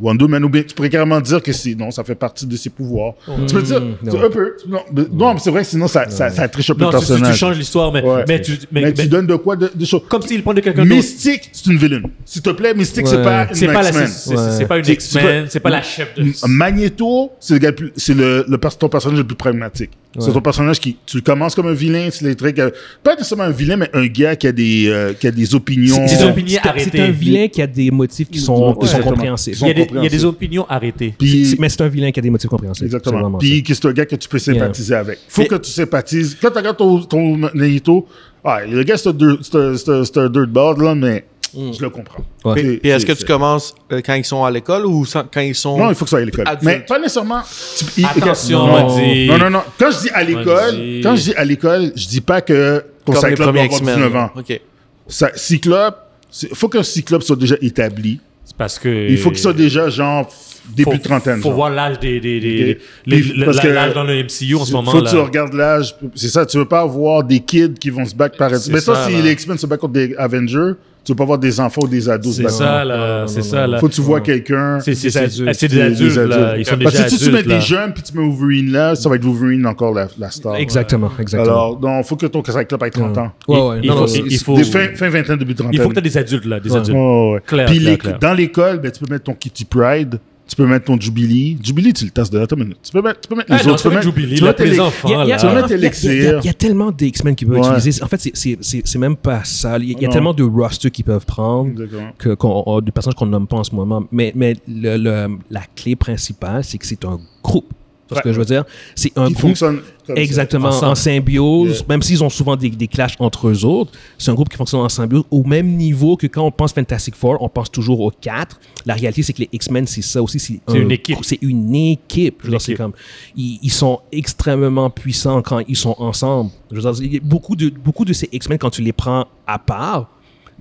S3: Wonder Man, ou bien tu pourrais carrément dire que c'est non, ça fait partie de ses pouvoirs. Tu peux dire
S1: non.
S3: c'est un peu. Non, mais- non, mais c'est vrai, sinon ça, ça, ça triche un peu
S4: Non,
S3: le
S4: tu, tu- tu
S3: personnage.
S4: changes l'histoire, mais,
S3: Ouais.
S4: mais tu.
S3: mais,
S4: mais-
S3: tu
S4: mais-
S3: donnes de quoi de, de choses.
S4: Comme s'il prend de quelqu'un d'autre.
S3: Mystique, c'est une vilaine. S'il te plaît, Mystique, c'est
S1: Ouais.
S3: pas une
S4: C'est pas, la, c'est,
S3: X-Men.
S4: c'est-
S1: Ouais.
S4: c'est pas une
S3: C'est-
S4: X-Men,
S3: tu peux-
S4: c'est pas la chef de.
S3: Magneto, c'est le, gars le plus- c'est le, le pers- ton personnage le plus pragmatique. C'est ton personnage qui, tu le commences comme un vilain, c'est les trucs, euh, pas nécessairement un vilain, mais un gars qui a des, euh, qui a des opinions.
S4: C'est-
S1: C'est un,
S4: des opinions
S1: c'est-
S4: arrêtées.
S1: c'est un vilain qui a des motifs qui sont, qui sont
S3: Exactement.
S1: compréhensibles.
S4: Il y, a des, il y a des
S3: compréhensible.
S4: opinions arrêtées.
S3: Puis-
S1: C'est- mais c'est un vilain qui a des motifs compréhensibles. C'est
S3: Exactement.
S1: vraiment
S3: Puis que c'est un gars que tu peux sympathiser avec. Faut
S2: Mais-
S3: que tu sympathises. Quand tu regardes ton, ton Naito, ah, le gars, c'est un dirt- c'est un- c'est un- c'est un dirtbag, là, mais je le comprends.
S1: Ouais.
S3: C'est-
S1: Puis-
S2: Puis est-ce
S3: c'est-
S2: que tu
S3: c'est-
S2: commences euh, quand ils sont à l'école ou sans- quand ils sont
S3: Non, il faut que ça soit à l'école.
S2: Adulte.
S3: Mais pas nécessairement. tu- il-
S4: Attention,
S3: non,
S4: on dit-
S3: non, non, non. Quand je dis à
S4: dit-
S3: l'école, quand je dis à l'école, je dis pas que ton
S2: comme les
S3: cyclope doit
S2: premiers
S3: avoir
S2: X-Men
S3: 19 ans.
S2: Ok.
S3: Ça- cyclope, il faut qu'un cyclope soit déjà établi.
S4: C'est parce que.
S3: Il faut qu'ils soient déjà, genre, début
S4: faut-
S3: trentaine.
S4: faut
S3: genre.
S4: voir l'âge des. des, des,
S3: Des-
S4: des- les-
S3: des- parce
S4: la-
S3: que-
S4: l'âge dans le MCU en ce moment.
S3: Faut que
S4: là.
S3: tu regardes l'âge. C'est ça, tu veux pas avoir des kids qui vont se battre par
S4: C'est
S3: Mais ça,
S4: ça,
S3: si
S4: là.
S3: les X-Men se battent contre des Avengers, tu veux pas avoir des enfants ou des ados se
S4: C'est
S3: battre.
S4: ça,
S1: Non,
S4: là.
S1: non,
S4: C'est
S1: non,
S4: ça,
S1: non.
S4: là.
S3: Faut que tu vois quelqu'un.
S4: C'est c'est-
S1: des
S4: c'est-
S1: adultes.
S4: c'est des adultes, là. Bah, Ils sont déjà
S3: Parce que si tu
S4: adultes.
S3: mets
S4: là.
S3: des jeunes puis tu mets Wolverine là, ça va être Wolverine encore la, la star.
S1: Exactement, exactement.
S3: Alors, non, faut que ton Cyclope ait 30 ans.
S1: ouais, ouais,
S4: Il-
S1: non,
S4: il
S1: non,
S4: faut-
S1: c'est-
S4: il faut-
S3: Des fin, fin vingtaine, début trentaine.
S4: Il faut que tu aies des adultes, là. Des
S1: Ouais.
S4: adultes.
S3: Oh, ouais.
S4: Clair,
S3: Puis
S4: clair,
S3: les-
S4: clair.
S3: dans l'école, ben, tu peux mettre ton Kitty Pride, tu peux mettre ton Jubilee. Jubilee, tu le tasses de là. Attends une minute. Tu peux mettre, tu peux
S1: Eh,
S3: mettre
S4: Ah,
S3: les
S4: non,
S3: autres.
S4: tu peux mettre Jubilee, là, pour les
S3: les-
S4: enfants.
S1: Il y a- il y a-
S4: Tu vas
S1: il y a-
S3: mettre
S1: il y a-
S3: Elixir.
S1: il y a- il y a tellement des X-Men qu'ils peuvent
S3: Ouais.
S1: utiliser. En fait, c'est- c'est- c'est c'est même pas ça. Il y a, il y a
S3: Non.
S1: tellement de rosters qu'ils peuvent prendre.
S3: Exactement.
S1: que, qu'on- on- des personnages qu'on nomme pas en ce moment. Mais, mais le- le- la clé principale, c'est que c'est un groupe. C'est ce que je veux dire. C'est un
S3: Qui
S1: groupe
S3: fonctionne comme ça.
S1: exactement
S4: Ensemble.
S1: en symbiose,
S3: Yeah.
S1: même s'ils ont souvent des, des clashs entre eux autres. C'est un groupe qui fonctionne en symbiose au même niveau que quand on pense Fantastic Four, on pense toujours aux quatre. La réalité, c'est que les X-Men, c'est ça aussi. C'est
S4: C'est
S1: un
S4: une équipe.
S1: groupe, C'est une équipe. Je veux
S4: Une
S1: dire, c'est
S4: équipe.
S1: comme ils, ils sont extrêmement puissants quand ils sont ensemble. Je veux dire, il y a beaucoup de beaucoup de ces X-Men quand tu les prends à part.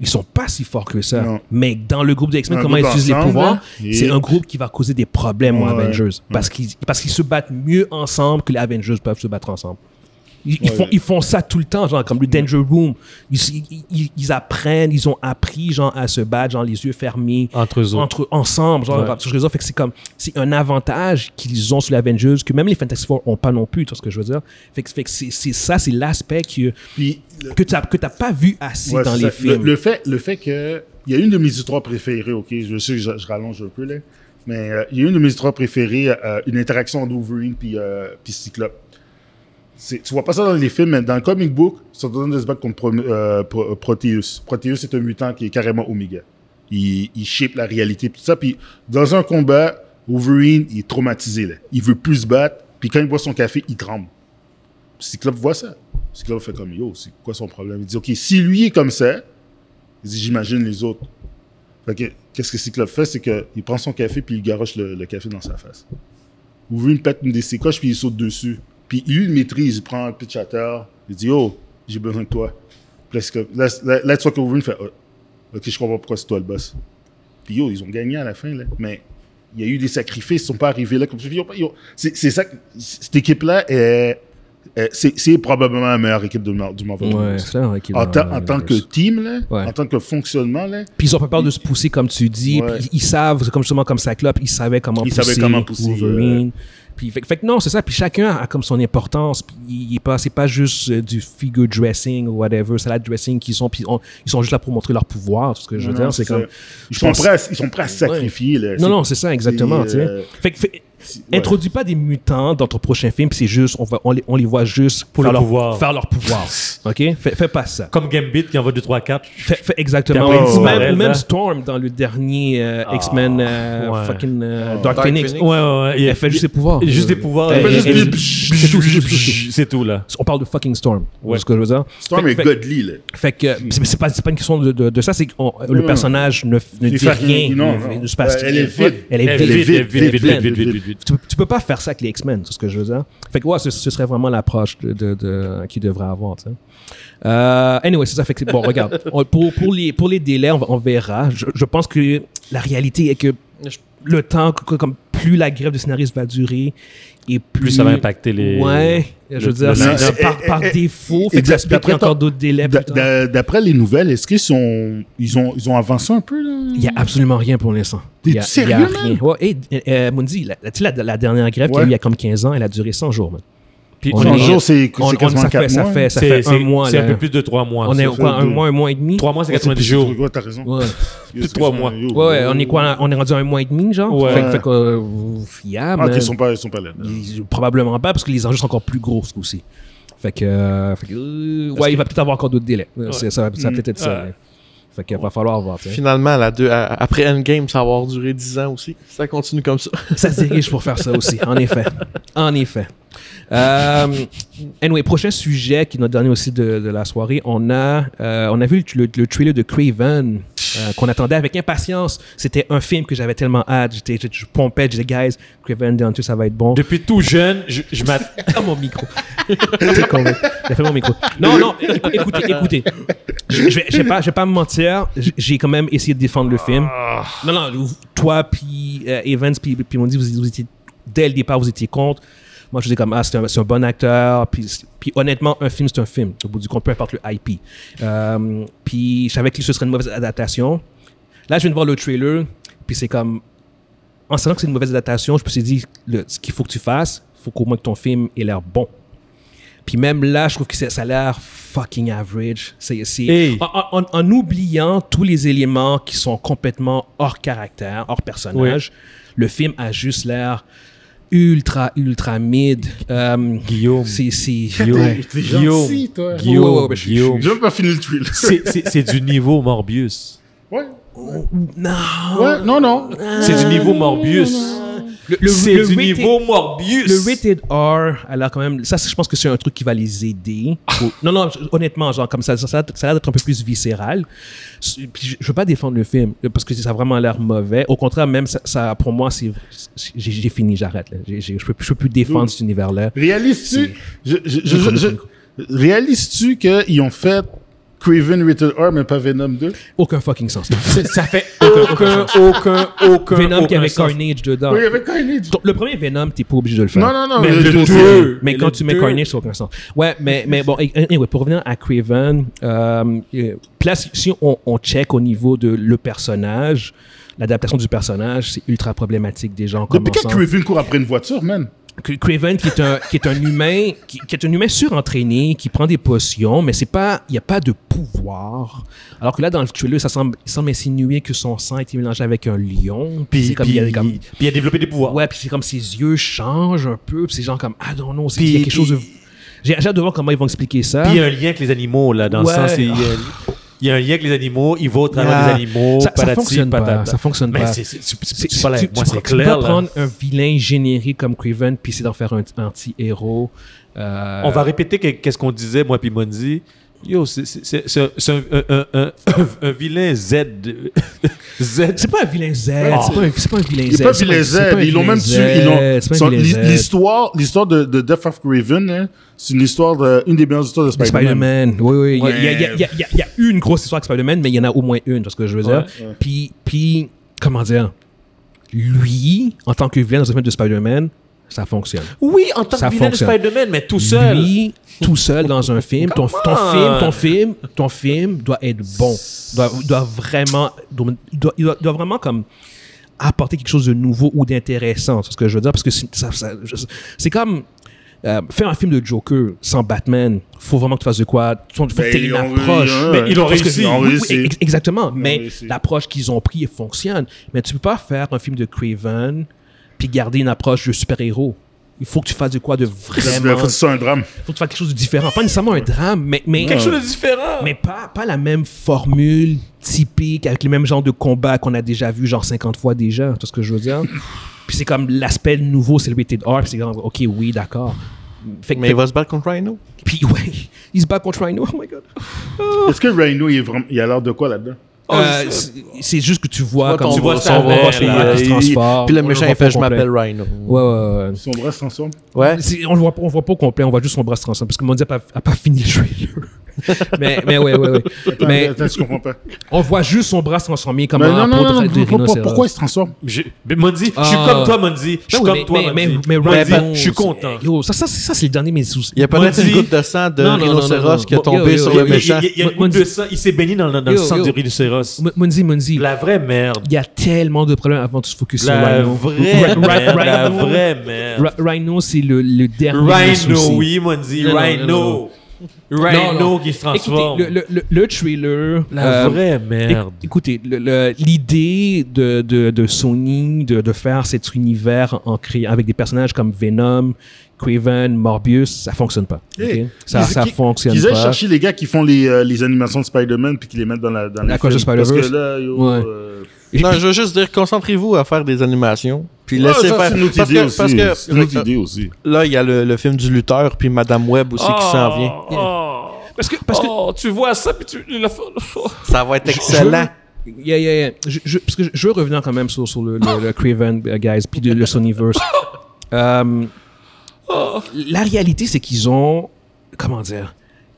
S1: Ils sont pas si forts que ça.
S3: Non.
S1: Mais dans le groupe des X-Men,
S3: Un
S1: comment ils
S3: groupe
S1: utilisent les
S3: ensemble,
S1: pouvoirs,
S3: hein?
S1: c'est
S3: Yeah.
S1: un groupe qui va causer des problèmes aux
S3: Ouais.
S1: Avengers. Parce qu'ils parce qu'ils se battent mieux ensemble que les Avengers peuvent se battre ensemble. Ils, ils
S3: Ouais.
S1: font, ils font ça tout le temps, genre comme le Danger Room. Ils, ils- ils- ils apprennent, ils ont appris genre, à se battre, genre les yeux fermés,
S4: Entre eux autres.
S1: entre ensemble, genre
S4: Ouais.
S1: parce que les autres, fait que c'est comme c'est un avantage qu'ils ont sur les Avengers que même les Fantastic Four ont pas non plus, tu vois ce que je veux dire. Fait que, fait que c'est c'est ça, c'est l'aspect que
S3: Puis, le-
S1: que t'as que t'as pas vu assez
S3: Ouais,
S1: dans
S3: c'est
S1: les
S3: ça.
S1: films.
S3: Le, le fait, le fait que. Il y a une de mes histoires préférées, ok? Je sais que je, je rallonge un peu, là. Mais euh, il y a une de mes histoires préférées, euh, une interaction entre Wolverine puis, euh, puis Cyclope. C'est- Tu vois pas ça dans les films, mais dans le comic book, ils sont en train de se battre contre Pro- euh, Pro- euh, Proteus. Proteus, c'est un mutant qui est carrément Omega. Il, il shape la réalité, puis tout ça. Puis dans un combat, Wolverine, il est traumatisé, là. Il veut plus se battre, puis quand il boit son café, il tremble. Cyclope voit ça. Cyclope fait comme yo, c'est quoi son problème? Il dit ok, si lui est comme ça, il dit j'imagine les autres. Fait que, qu'est-ce que Cyclope fait? C'est qu'il prend son café puis il garoche le, le café dans sa face. Vous voyez une pète une des sécoches puis il saute dessus. Puis lui, il le maîtrise, il prend un pitch à terre, il dit oh, j'ai besoin de toi. Puis là, Cyclope- là, là, là, tu vois que Wolverine fait Ah, ok, je comprends pas pourquoi c'est toi le boss. Puis yo, ils ont gagné à la fin, là. Mais il y a eu des sacrifices, ils sont pas arrivés là comme ça. Ils ont pas- ils ont- C'est c'est ça, que- cette équipe-là est. est- C'est c'est probablement la meilleure équipe du, Mar- du Marvel.
S1: Ouais,
S3: Universe.
S1: c'est vrai qu'il
S3: en,
S1: va-
S3: tant- en tant que team, là,
S1: Ouais.
S3: en tant que fonctionnement, là,
S1: Puis ils ont pas peur de se pousser, comme tu dis.
S3: Ouais.
S1: Puis ils savent, comme justement comme Cyclope, ils savaient comment
S3: Ils
S1: pousser.
S3: savaient comment pousser,
S1: Wolverine. Puis fait, fait que non, c'est ça. Puis chacun a comme son importance. Puis il est pas, c'est pas juste euh, du figure dressing ou whatever, salad dressing qu'ils sont. Puis on- ils sont juste là pour montrer leur pouvoir. C'est ce que je veux
S3: Non,
S1: dire.
S3: non,
S1: C'est
S3: c'est
S1: comme.
S3: ça. ils sont, prêts à, ils sont prêts à se sacrifier. là.
S1: Non,
S3: C'est-
S1: non, c'est ça, exactement.
S3: c'est,
S1: tu sais.
S3: euh,
S1: Fait que- fait-
S3: c'est- ouais.
S1: Introduis pas des mutants dans ton prochain film, puis c'est juste, on, va, on, les, on les voit juste
S4: Pour
S1: faire
S4: le
S1: leur
S4: pouvoir.
S1: Faire leur pouvoir. OK? Fais, fais pas ça.
S4: Comme Gambit qui envoie 2, 3, 4.
S1: Fait, fait exactement.
S4: Puis
S1: Ou
S4: après, ils
S1: Oh. même,
S4: disparaissent,
S1: même
S4: hein.
S1: Storm dans le dernier euh, X-Men euh,
S4: ouais.
S1: fucking euh, Dark,
S2: Dark
S1: Phoenix.
S2: Phoenix.
S4: Ouais, ouais, ouais. Il
S1: Elle fait juste ses pouvoirs.
S4: Juste des pouvoirs.
S1: Elle fait
S4: et-
S1: juste
S4: et-
S1: des
S4: C'est tout. C'est tout, là.
S1: On parle de fucking Storm.
S4: Ouais. Mm.
S1: C'est ce que je veux dire.
S3: Storm
S1: fait-
S3: est
S1: fait-
S3: godly. Là.
S1: Fait que euh, c'est c'est pas, c'est pas une question de, de, de ça, c'est que on- le
S3: non.
S1: personnage ne, ne
S3: Il
S1: dit
S3: fait
S1: rien.
S3: rien, non, non.
S1: ne se passe
S3: Ouais, elle
S1: rien.
S3: est vide.
S1: Elle est
S4: Eh,
S1: vide.
S3: vite,
S4: vite,
S3: vite,
S4: vite,
S1: vite,
S4: vite,
S3: vite,
S4: vite, vite.
S1: Tu, tu peux pas faire ça avec les X-Men, c'est ce que je veux dire. Fait que ouais, ce, ce serait vraiment l'approche de, de, de- qu'il devrait avoir. tu sais. Euh, anyway, c'est ça. Fait que, c'est- bon, regarde, on- pour, pour, les, pour les délais, on, va- on verra. Je, je pense que la réalité est que
S2: Je-
S1: le temps, que- que- comme plus la grève de scénariste va durer, et plus,
S4: Plus ça va impacter les-
S1: Ouais,
S4: le-
S1: je veux dire,
S4: le
S1: c'est-
S4: linge.
S1: par, par
S3: Et- et-
S1: défaut,
S3: et-
S1: fait que ça se peut
S3: d'après
S1: qu'il y ait
S3: toi-
S1: encore d'autres délais.
S3: D'a-
S1: plus tard.
S3: d'a- D'après les nouvelles, est-ce qu'ils sont, ils ont, ils ont avancé un peu là?
S1: Il n'y a absolument rien pour l'instant.
S3: T'es
S1: Il y a-
S3: sérieux,
S1: il y a
S3: man?
S1: rien. Ouais, hey, euh, Mundi, la, la- tu sais, la- la dernière grève qu'il y a eu
S3: Ouais.
S1: il y a comme 15 ans, elle a duré 100 jours. man.
S4: Puis
S1: On
S3: 100
S1: est-
S3: jours, c'est
S1: on-
S3: c'est
S1: on-
S3: quasiment
S1: ça fait,
S3: 4
S1: ça
S3: mois.
S1: fait, ça
S4: C'est
S1: fait un
S4: c'est-
S1: mois.
S4: C'est
S1: là.
S4: un peu plus de 3 mois.
S1: On est
S4: C'est-
S1: au- quoi,
S3: fait
S1: un
S3: deux.
S1: mois, un mois et demi.
S4: 3 mois, c'est
S3: Ouais, c'est
S4: 90
S3: plus-
S4: jours.
S3: ouais, t'as raison.
S1: Ouais.
S3: Plus
S4: de trois mois.
S1: Ouais, on est quoi On est rendu à un mois et demi, genre.
S4: Ouais.
S1: Fait, que- fait que, euh, yeah,
S3: Ah, ok,
S1: man.
S3: ils sont pas, ils sont pas là.
S1: Ils- probablement pas parce que les enjeux sont encore plus gros ce coup-ci. Fait que, euh, fait que, euh, ouais, il va peut-être avoir encore d'autres délais. Euh, c'est- Ça, va- ça va peut-être être ça.
S4: Ouais.
S1: mais. Fait qu'il va falloir voir. tu sais.
S2: Finalement, la deux- à- après Endgame, ça va avoir duré 10 ans aussi. Ça continue comme ça.
S1: Ça se dirige pour faire ça aussi, en effet. En effet. Euh, anyway, prochain sujet qui est notre dernier aussi de, de la soirée, on a, euh, on a vu le, le- le trailer de Craven euh, qu'on attendait avec impatience. C'était un film que j'avais tellement hâte. J'étais, je, je pompais, je disais, guys, Craven, dans tout, ça va être bon.
S4: Depuis tout jeune, je, je m'attends.
S1: Ah, mon micro. T'es con, mec. J'ai fait mon micro. Non, non, éc- écoutez, écoutez. Je je vais, je vais pas, je vais pas me mentir. J- J'ai quand même essayé de défendre le film. Non, non, vous- toi, puis euh, Evans, puis, puis Mondi, vous, vous étiez, dès le départ, vous étiez contre. Moi, je disais comme, ah, c'est un, c'est un bon acteur. Puis, c'est- puis honnêtement, un film, c'est un film. Au bout du compte, peu importe le IP. Euh, puis je savais que ce serait une mauvaise adaptation. Là, je viens de voir le trailer, puis c'est comme, en sachant que c'est une mauvaise adaptation, je me suis dit, le- ce qu'il faut que tu fasses, il faut qu'au moins que ton film ait l'air bon. Puis même là, je trouve que c'est- ça a l'air fucking average. C'est, c'est-
S4: Hey.
S1: en, en- en oubliant tous les éléments qui sont complètement hors caractère, hors personnage, le film a juste l'air ultra, ultra mid. Euh,
S4: Guillaume.
S1: C'est, c'est-
S4: Guillaume.
S3: T'es
S4: Guillaume.
S3: gentil, toi.
S4: Guillaume.
S1: Ouais, ouais, ouais, je- je-
S4: Guillaume.
S3: J'ai même pas fini le trailer.
S4: C'est- C'est c'est du niveau Morbius.
S3: Ouais.
S1: Non.
S3: Ouais, non, non.
S4: C'est du niveau Morbius.
S1: Le, le-
S4: C'est
S1: le
S4: du
S1: rated-
S4: niveau Morbius.
S1: Le rated R, alors quand même, ça, c'est- je pense que c'est un truc qui va les aider.
S4: Ah.
S1: Faut- non, non, honnêtement, genre, comme ça, ça, ça, ça a l'air d'être un peu plus viscéral. C'est- Puis je, je veux pas défendre le film parce que ça a vraiment l'air mauvais. Au contraire, même, ça, ça, pour moi, c'est, c'est- j'ai, j'ai fini, j'arrête. là. J'ai- j'ai- je, peux, plus- je peux plus défendre cet univers-là.
S3: Réalises-tu... Je, je, je- je- je- réalises-tu qu'ils ont fait Craven Rated R, mais pas Venom 2?
S1: Aucun fucking sens.
S4: Ça fait aucun, aucun, aucun.
S1: Venom qui
S4: aucun
S1: avait
S4: sens.
S1: Carnage dedans.
S3: Oui, il y avait Carnage.
S1: Donc, le premier Venom, t'es pas obligé de le faire.
S3: Non, non, non.
S4: Mais
S3: le-
S4: le
S3: le-
S4: deux.
S1: Mais
S4: Et
S1: quand
S4: le
S1: tu mets
S4: deux-
S1: Carnage, ça n'a aucun sens. Ouais, mais, mais bon, et- anyway, pour revenir à Craven, euh, euh, place, si on, on check au niveau de le personnage, l'adaptation du personnage, c'est ultra problématique des gens.
S3: Depuis quand Craven court après une voiture, man?
S1: Craven, qui est un, qui est un humain, qui, qui est un humain surentraîné, qui prend des potions, mais c'est pas, il n'y a pas de pouvoir. Alors que là, dans le trailer, ça semble, il semble insinuer que son sang a été mélangé avec un lion.
S4: Puis,
S1: C'est comme,
S4: puis,
S1: il y a comme-
S4: puis il a développé des pouvoirs.
S1: Ouais, puis c'est comme ses yeux changent un peu, puis c'est genre comme ah non non, c'est il y a
S4: Puis-
S1: quelque chose. de-
S4: puis-
S1: J'ai j'ai hâte de voir comment ils vont expliquer ça.
S4: Puis il y a un lien avec les animaux, là, dans
S1: Ouais.
S4: le sens. Il y, a, il y a un lien avec les animaux, il va au travers
S2: Ah.
S4: des animaux.
S1: ça, ça
S4: patati,
S1: fonctionne pas.
S4: patata.
S1: Ça fonctionne
S4: Mais
S1: pas.
S4: c'est- c'est- tu- tu-
S1: C'est-
S4: tu parles
S1: tu-
S4: avec moi,
S1: tu-
S4: c'est
S1: tu peux
S4: clair.
S1: pas
S4: là.
S1: prendre un vilain générique comme Craven puis c'est d'en faire un anti-héros. Euh,
S4: On va répéter que- qu'est-ce qu'on disait, moi puis Mondi. Yo, c'est- c'est c'est- c'est un, c'est un- un- un- un- un vilain Z. Z.
S1: C'est pas un vilain Z. C'est
S4: Oh.
S1: pas un- c'est pas un vilain
S3: Il
S1: Z.
S3: est pas
S1: c'est
S3: vilain
S1: c'est
S3: Z.
S1: pas un
S3: Ils l'ont
S1: vilain
S3: même
S1: Z,
S3: tué. Ils l'ont-
S1: c'est pas un
S3: son-
S1: vilain
S3: l'hi-
S1: Z.
S3: L'histoire, l'histoire de, de Death of Craven, hein, c'est une histoire de, une des meilleures histoires de
S1: De
S3: Spider-Man.
S1: Spider-Man, oui, oui. Il y a-
S3: Ouais.
S1: il y, a- il y a- il y a- il y a- il y a une grosse histoire avec Spider-Man, mais il y en a au moins une, c'est ce que je veux dire. Puis, puis, comment dire, lui, en tant que vilain dans le film de Spider-Man, ça fonctionne.
S4: Oui, en tant
S1: Ça
S4: que vilain de
S1: fonctionne.
S4: Spider-Man, mais tout seul.
S1: Lui, tout seul dans un film, ton, ton
S4: Come on!
S1: film, ton film, ton film doit être bon. Doit, doit vraiment, doit, doit- il doit- doit vraiment comme apporter quelque chose de nouveau ou d'intéressant, c'est ce que je veux dire, parce que c'est ça- ça- je- c'est comme euh, faire un film de Joker sans Batman, faut vraiment que tu fasses de quoi, faut faut que
S3: Ben,
S1: tu aies une
S3: ils ont-
S1: approche.
S3: ils ont-
S4: Mais ils l'ont
S1: Parce que-
S4: réussi.
S3: Ils ont
S1: oui, oui,
S3: réussi.
S1: ex- exactement. mais
S3: réussi.
S1: l'approche qu'ils ont prise elle fonctionne. Mais tu peux pas faire un film de Craven puis garder une approche de super-héros. Il faut que tu fasses de quoi de
S3: C'est-
S1: vraiment.
S3: faut que
S1: Il
S3: C'est un drame.
S1: faut que tu fasses quelque chose de différent. Pas nécessairement un drame, mais. mais
S4: Quelque chose de différent.
S1: mais pas, pas la même formule typique avec les mêmes genres de combat qu'on a déjà vu genre 50 fois déjà, tout ce que je veux dire. Puis c'est comme l'aspect nouveau, c'est le rated R, puis c'est comme, ok, oui, d'accord. Fait que-
S2: Mais il va se battre contre Rhino.
S1: puis ouais, il se bat contre Rhino, oh my god.
S3: Est-ce que Rhino, il, est vraiment- il a l'air de quoi là-dedans?
S4: Oh,
S1: Euh, c'est- c'est juste que tu vois comme
S4: ton- tu vois
S1: son
S4: sa
S1: bras
S4: mère,
S1: se-
S4: là,
S1: qui se
S2: il-
S1: transforme.
S2: Puis le
S1: Ah, On
S2: méchant,
S1: voit
S2: il
S1: pas
S2: fait Je
S1: au complet.
S2: m'appelle Rhino.
S1: Ouais, ouais, ouais.
S3: Son bras se transforme.
S2: Ouais.
S1: C'est- On le voit pas, on le voit pas au complet, on voit juste son bras se transformer parce que mon dieu a pas, a pas fini le trailer. mais, mais ouais, ouais, ouais.
S3: Attends,
S1: mais
S3: attends, je comprends pas.
S1: on voit juste son bras se transformer comme
S3: Mais
S1: un
S3: non, non,
S1: pot
S3: non,
S1: de-
S3: non,
S1: de
S3: pourquoi-
S1: rhinocéros.
S3: pourquoi il se transforme?
S4: Je- mais Mondi, je suis
S1: Ah.
S4: comme toi, Mondi. Je suis
S1: Non,
S4: comme
S1: mais-
S4: toi,
S1: mais-
S4: Mondi.
S1: mais- mais
S4: Mondi,
S1: Rhino,
S4: je suis
S1: c'est-
S4: content.
S1: Yo, ça, ça, c'est ça, c'est le dernier de mes soucis.
S2: Il y a peut-être
S4: Mondi-
S2: une goutte de sang de
S1: Non, non, non, non, non.
S2: rhinocéros qui est
S1: Yo,
S2: tombée
S1: yo,
S2: sur
S1: yo,
S2: le
S1: yo,
S2: méchant.
S4: Il, y a- il y a une goutte
S1: Mondi-
S4: de sang. Il s'est baigné dans, le- dans le
S1: Yo,
S4: sang
S1: yo.
S4: du rhinocéros.
S1: M- Munzi, Munzi,
S4: La vraie merde.
S1: il y a tellement de problèmes avant de se focus sur
S4: La
S1: Rhino.
S4: vraie
S1: Rhino-
S4: merde. La
S1: Rhino-
S4: vraie merde.
S1: Ra- Rhino, c'est le, le dernier de mes
S4: Rhino,
S1: soucis.
S4: oui, Mondi.
S1: Non, non,
S4: Rhino.
S1: Non, non.
S4: Rhino qui se transforme.
S1: Écoutez, le, le, le, le trailer.
S4: La
S1: euh,
S4: vraie
S1: éc-
S4: merde.
S1: Écoutez, le- le- l'idée de, de, de Sony de, de faire cet univers en créant avec des personnages comme Venom, Craven, Morbius, ça fonctionne pas. ok?
S3: Hey,
S1: ça,
S3: qu'ils-
S1: ça
S3: qu'ils-
S1: fonctionne
S3: Qu'ils aillent
S1: pas.
S3: chercher les gars qui font les, euh, les animations de Spider-Man puis qu'ils les mettent dans la dans les
S1: Across the
S3: films. Parce que
S1: Spider-Verse.
S3: là, yo,
S1: Ouais.
S3: euh,
S2: Non, je veux juste dire, concentrez-vous à faire des animations. Puis
S3: Ah,
S2: laissez
S3: ça,
S2: faire.
S3: c'est une autre
S2: parce
S3: idée
S2: que,
S3: aussi.
S2: parce que-
S3: C'est une autre idée aussi.
S2: là, il y a le, le film du lutteur, puis Madame Web aussi qui s'en vient.
S1: Oh.
S4: Oh,
S1: Parce que,
S3: Oh.
S1: parce que
S4: tu vois ça, puis tu.
S2: Ça va être excellent.
S1: Yeah, yeah, yeah. Je, je- parce que je- je veux revenir quand même sur, sur le, le- le Craven, euh, guys, puis le, le Sonyverse. Euh, la réalité, c'est qu'ils ont. Comment dire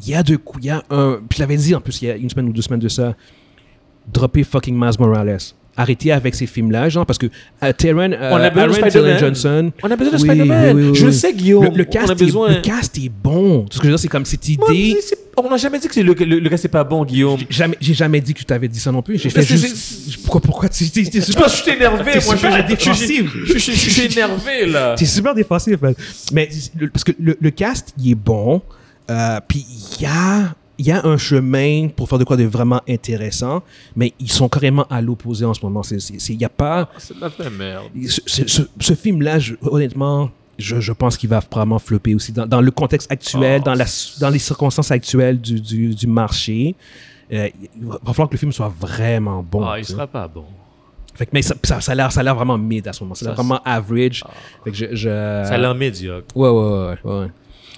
S1: Il y a de cou- Il y a un. Puis je l'avais dit en plus il y a une semaine ou deux semaines de ça. Dropper fucking Miles Morales. Arrêtez avec ces films-là, genre, parce que euh, Taron, euh,
S4: On a besoin de
S1: Aaron
S4: Spider-Man.
S1: Taylor Johnson.
S4: On a besoin de
S1: Oui,
S4: Spider-Man.
S1: oui, oui, oui,
S4: Je le
S1: oui.
S4: sais, Guillaume.
S1: Le, le
S4: on
S1: cast
S4: a besoin.
S1: est, le cast est bon. Tout ce que je veux dire, c'est comme cette
S4: Moi, je
S1: idée.
S4: dis, c'est- On n'a jamais dit que c'est le, le, le gars, c'est pas bon, Guillaume.
S1: Jamais- J'ai jamais dit que tu t'avais dit ça non plus. J'ai fait
S4: c'est-
S1: juste. Pourquoi, pourquoi tu. tu- tu-
S4: Je pense que je suis énervé,
S1: T'es
S4: moi.
S1: super
S4: je- je- je-
S1: défensif.
S4: Je je- je suis énervé, là.
S1: C'est super défensif. man. Mais le- parce que le, le cast, il est bon. euh, Puis il y a, il y a un chemin pour faire de quoi de vraiment intéressant. Mais ils sont carrément à l'opposé en ce moment. C'est- c'est- c'est- Il n'y a pas.
S4: C'est de la vraie merde.
S1: Ce, ce- ce- ce film-là, je- honnêtement. Je, je pense qu'il va probablement flopper aussi dans, dans le contexte actuel,
S4: Oh.
S1: dans, la, dans les circonstances actuelles du, du, du marché. euh, il va falloir que le film soit vraiment bon.
S4: Ah, il
S1: tu sais.
S4: sera pas bon.
S1: Fait que, mais ça, ça, ça a l'air- ça a l'air vraiment mid à ce moment. Ça a l'air
S4: Ça,
S1: vraiment average. Fait que je, je-
S4: Ça l'a médiocre.
S1: Ouais, ouais, ouais, ouais.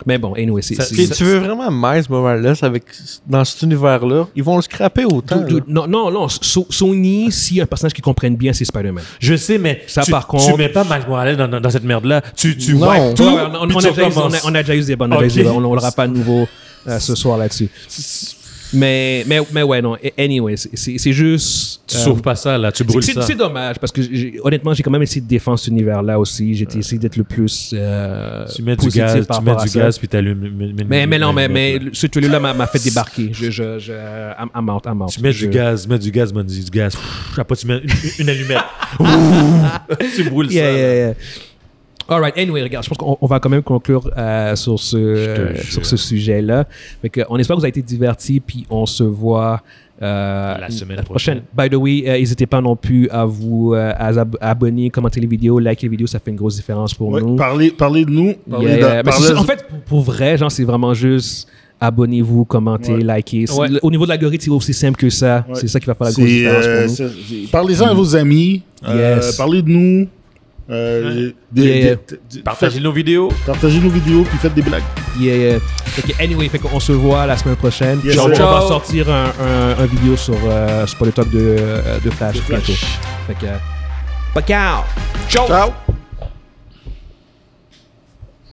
S1: Mais bon, anyway, c'est.
S4: Ça-
S1: c'est-
S2: Puis
S1: c'est-
S2: tu veux vraiment Miles Morales avec, dans cet univers-là? Ils vont le scraper autant.
S1: Dude,
S2: là.
S1: dude, non, non, non. So- Sony, s'il y a un personnage qui comprennent bien, c'est Spider-Man.
S4: Je sais, mais
S1: Ça,
S4: tu,
S1: par
S4: tu
S1: contre-
S4: mets pas Miles Morales dans, dans- dans cette merde-là. Tu, tu
S2: Non.
S4: wipes tout,
S1: Ouais, ouais, on, on-
S4: puis
S1: on
S4: tu
S1: a déjà eu, on,
S4: recommences.
S1: a, on a déjà eu des bonnes, on a déjà eu des
S4: Ok.
S1: bonnes. On l'aura pas à nouveau euh, ce soir là-dessus. Mais, mais, mais ouais, non. a- Anyway, c'est- c'est c'est juste.
S4: Tu
S1: euh,
S4: sauves pas ça, là. Tu
S1: c'est-
S4: brûles
S1: c'est-
S4: ça.
S1: C'est dommage parce que j'ai- honnêtement, j'ai quand même essayé de défendre cet univers-là aussi. J'ai essayé d'être le plus euh,
S4: Tu mets du
S1: positif
S4: gaz,
S1: par
S4: tu mets
S1: rapport à
S4: du
S1: ça.
S4: gaz, puis t'allumes. une- une-
S1: Mais,
S4: une-
S1: mais non,
S4: une-
S1: mais,
S4: une-
S1: mais
S4: une-
S1: le- ce tuyau-là m'a m'a fait débarquer. Je, je, je, I'm, I'm out, I'm out.
S4: Tu mets
S1: Je-
S4: du gaz, mets du gaz, mets du gaz. Pfff, Après, tu mets une, une allumette. Ouh, tu brûles ça.
S1: Yeah,
S4: là.
S1: yeah, yeah. All right, anyway, regarde, je pense qu'on on va quand même conclure euh, sur ce, euh,
S4: jure.
S1: sur ce sujet-là. Fait que, on espère que vous avez été divertis, puis on se voit euh,
S4: La semaine
S1: By the way, euh, n'hésitez pas non plus à vous euh, à vous ab- abonner, commenter les vidéos, liker les vidéos, ça fait une grosse différence pour
S3: Ouais,
S1: nous.
S3: parlez, parlez de nous. Parlez
S1: Yeah,
S3: de-
S1: yeah. euh, Mais
S3: parlez-
S1: c'est- en fait, pour, pour vrai, genre, c'est vraiment juste abonnez-vous, commentez,
S3: Ouais.
S1: likez. C'est-
S4: Ouais.
S1: le- Au niveau de l'algorithme, c'est aussi simple que ça.
S3: Ouais.
S1: C'est ça qui va faire la
S3: c'est,
S1: grosse différence
S3: euh,
S1: pour nous.
S3: c'est- c'est- Parlez-en à vos amis. Euh,
S1: Yes.
S3: parlez de nous. Euh, des-
S1: Yeah,
S3: des-
S1: yeah.
S3: des- des-
S4: Partagez
S3: faites-
S4: nos vidéos.
S3: partagez nos vidéos puis faites des blagues.
S1: Yeah, yeah. Fait que anyway, fait qu'on se voit la semaine prochaine.
S3: Yes,
S1: Puis on,
S3: sir.
S1: on va
S4: Ciao.
S1: sortir un, un, un vidéo sur, euh, sur le talk de, euh, de Flash
S3: De Flash.
S1: bientôt. Fait que, euh, back out!
S2: Ciao!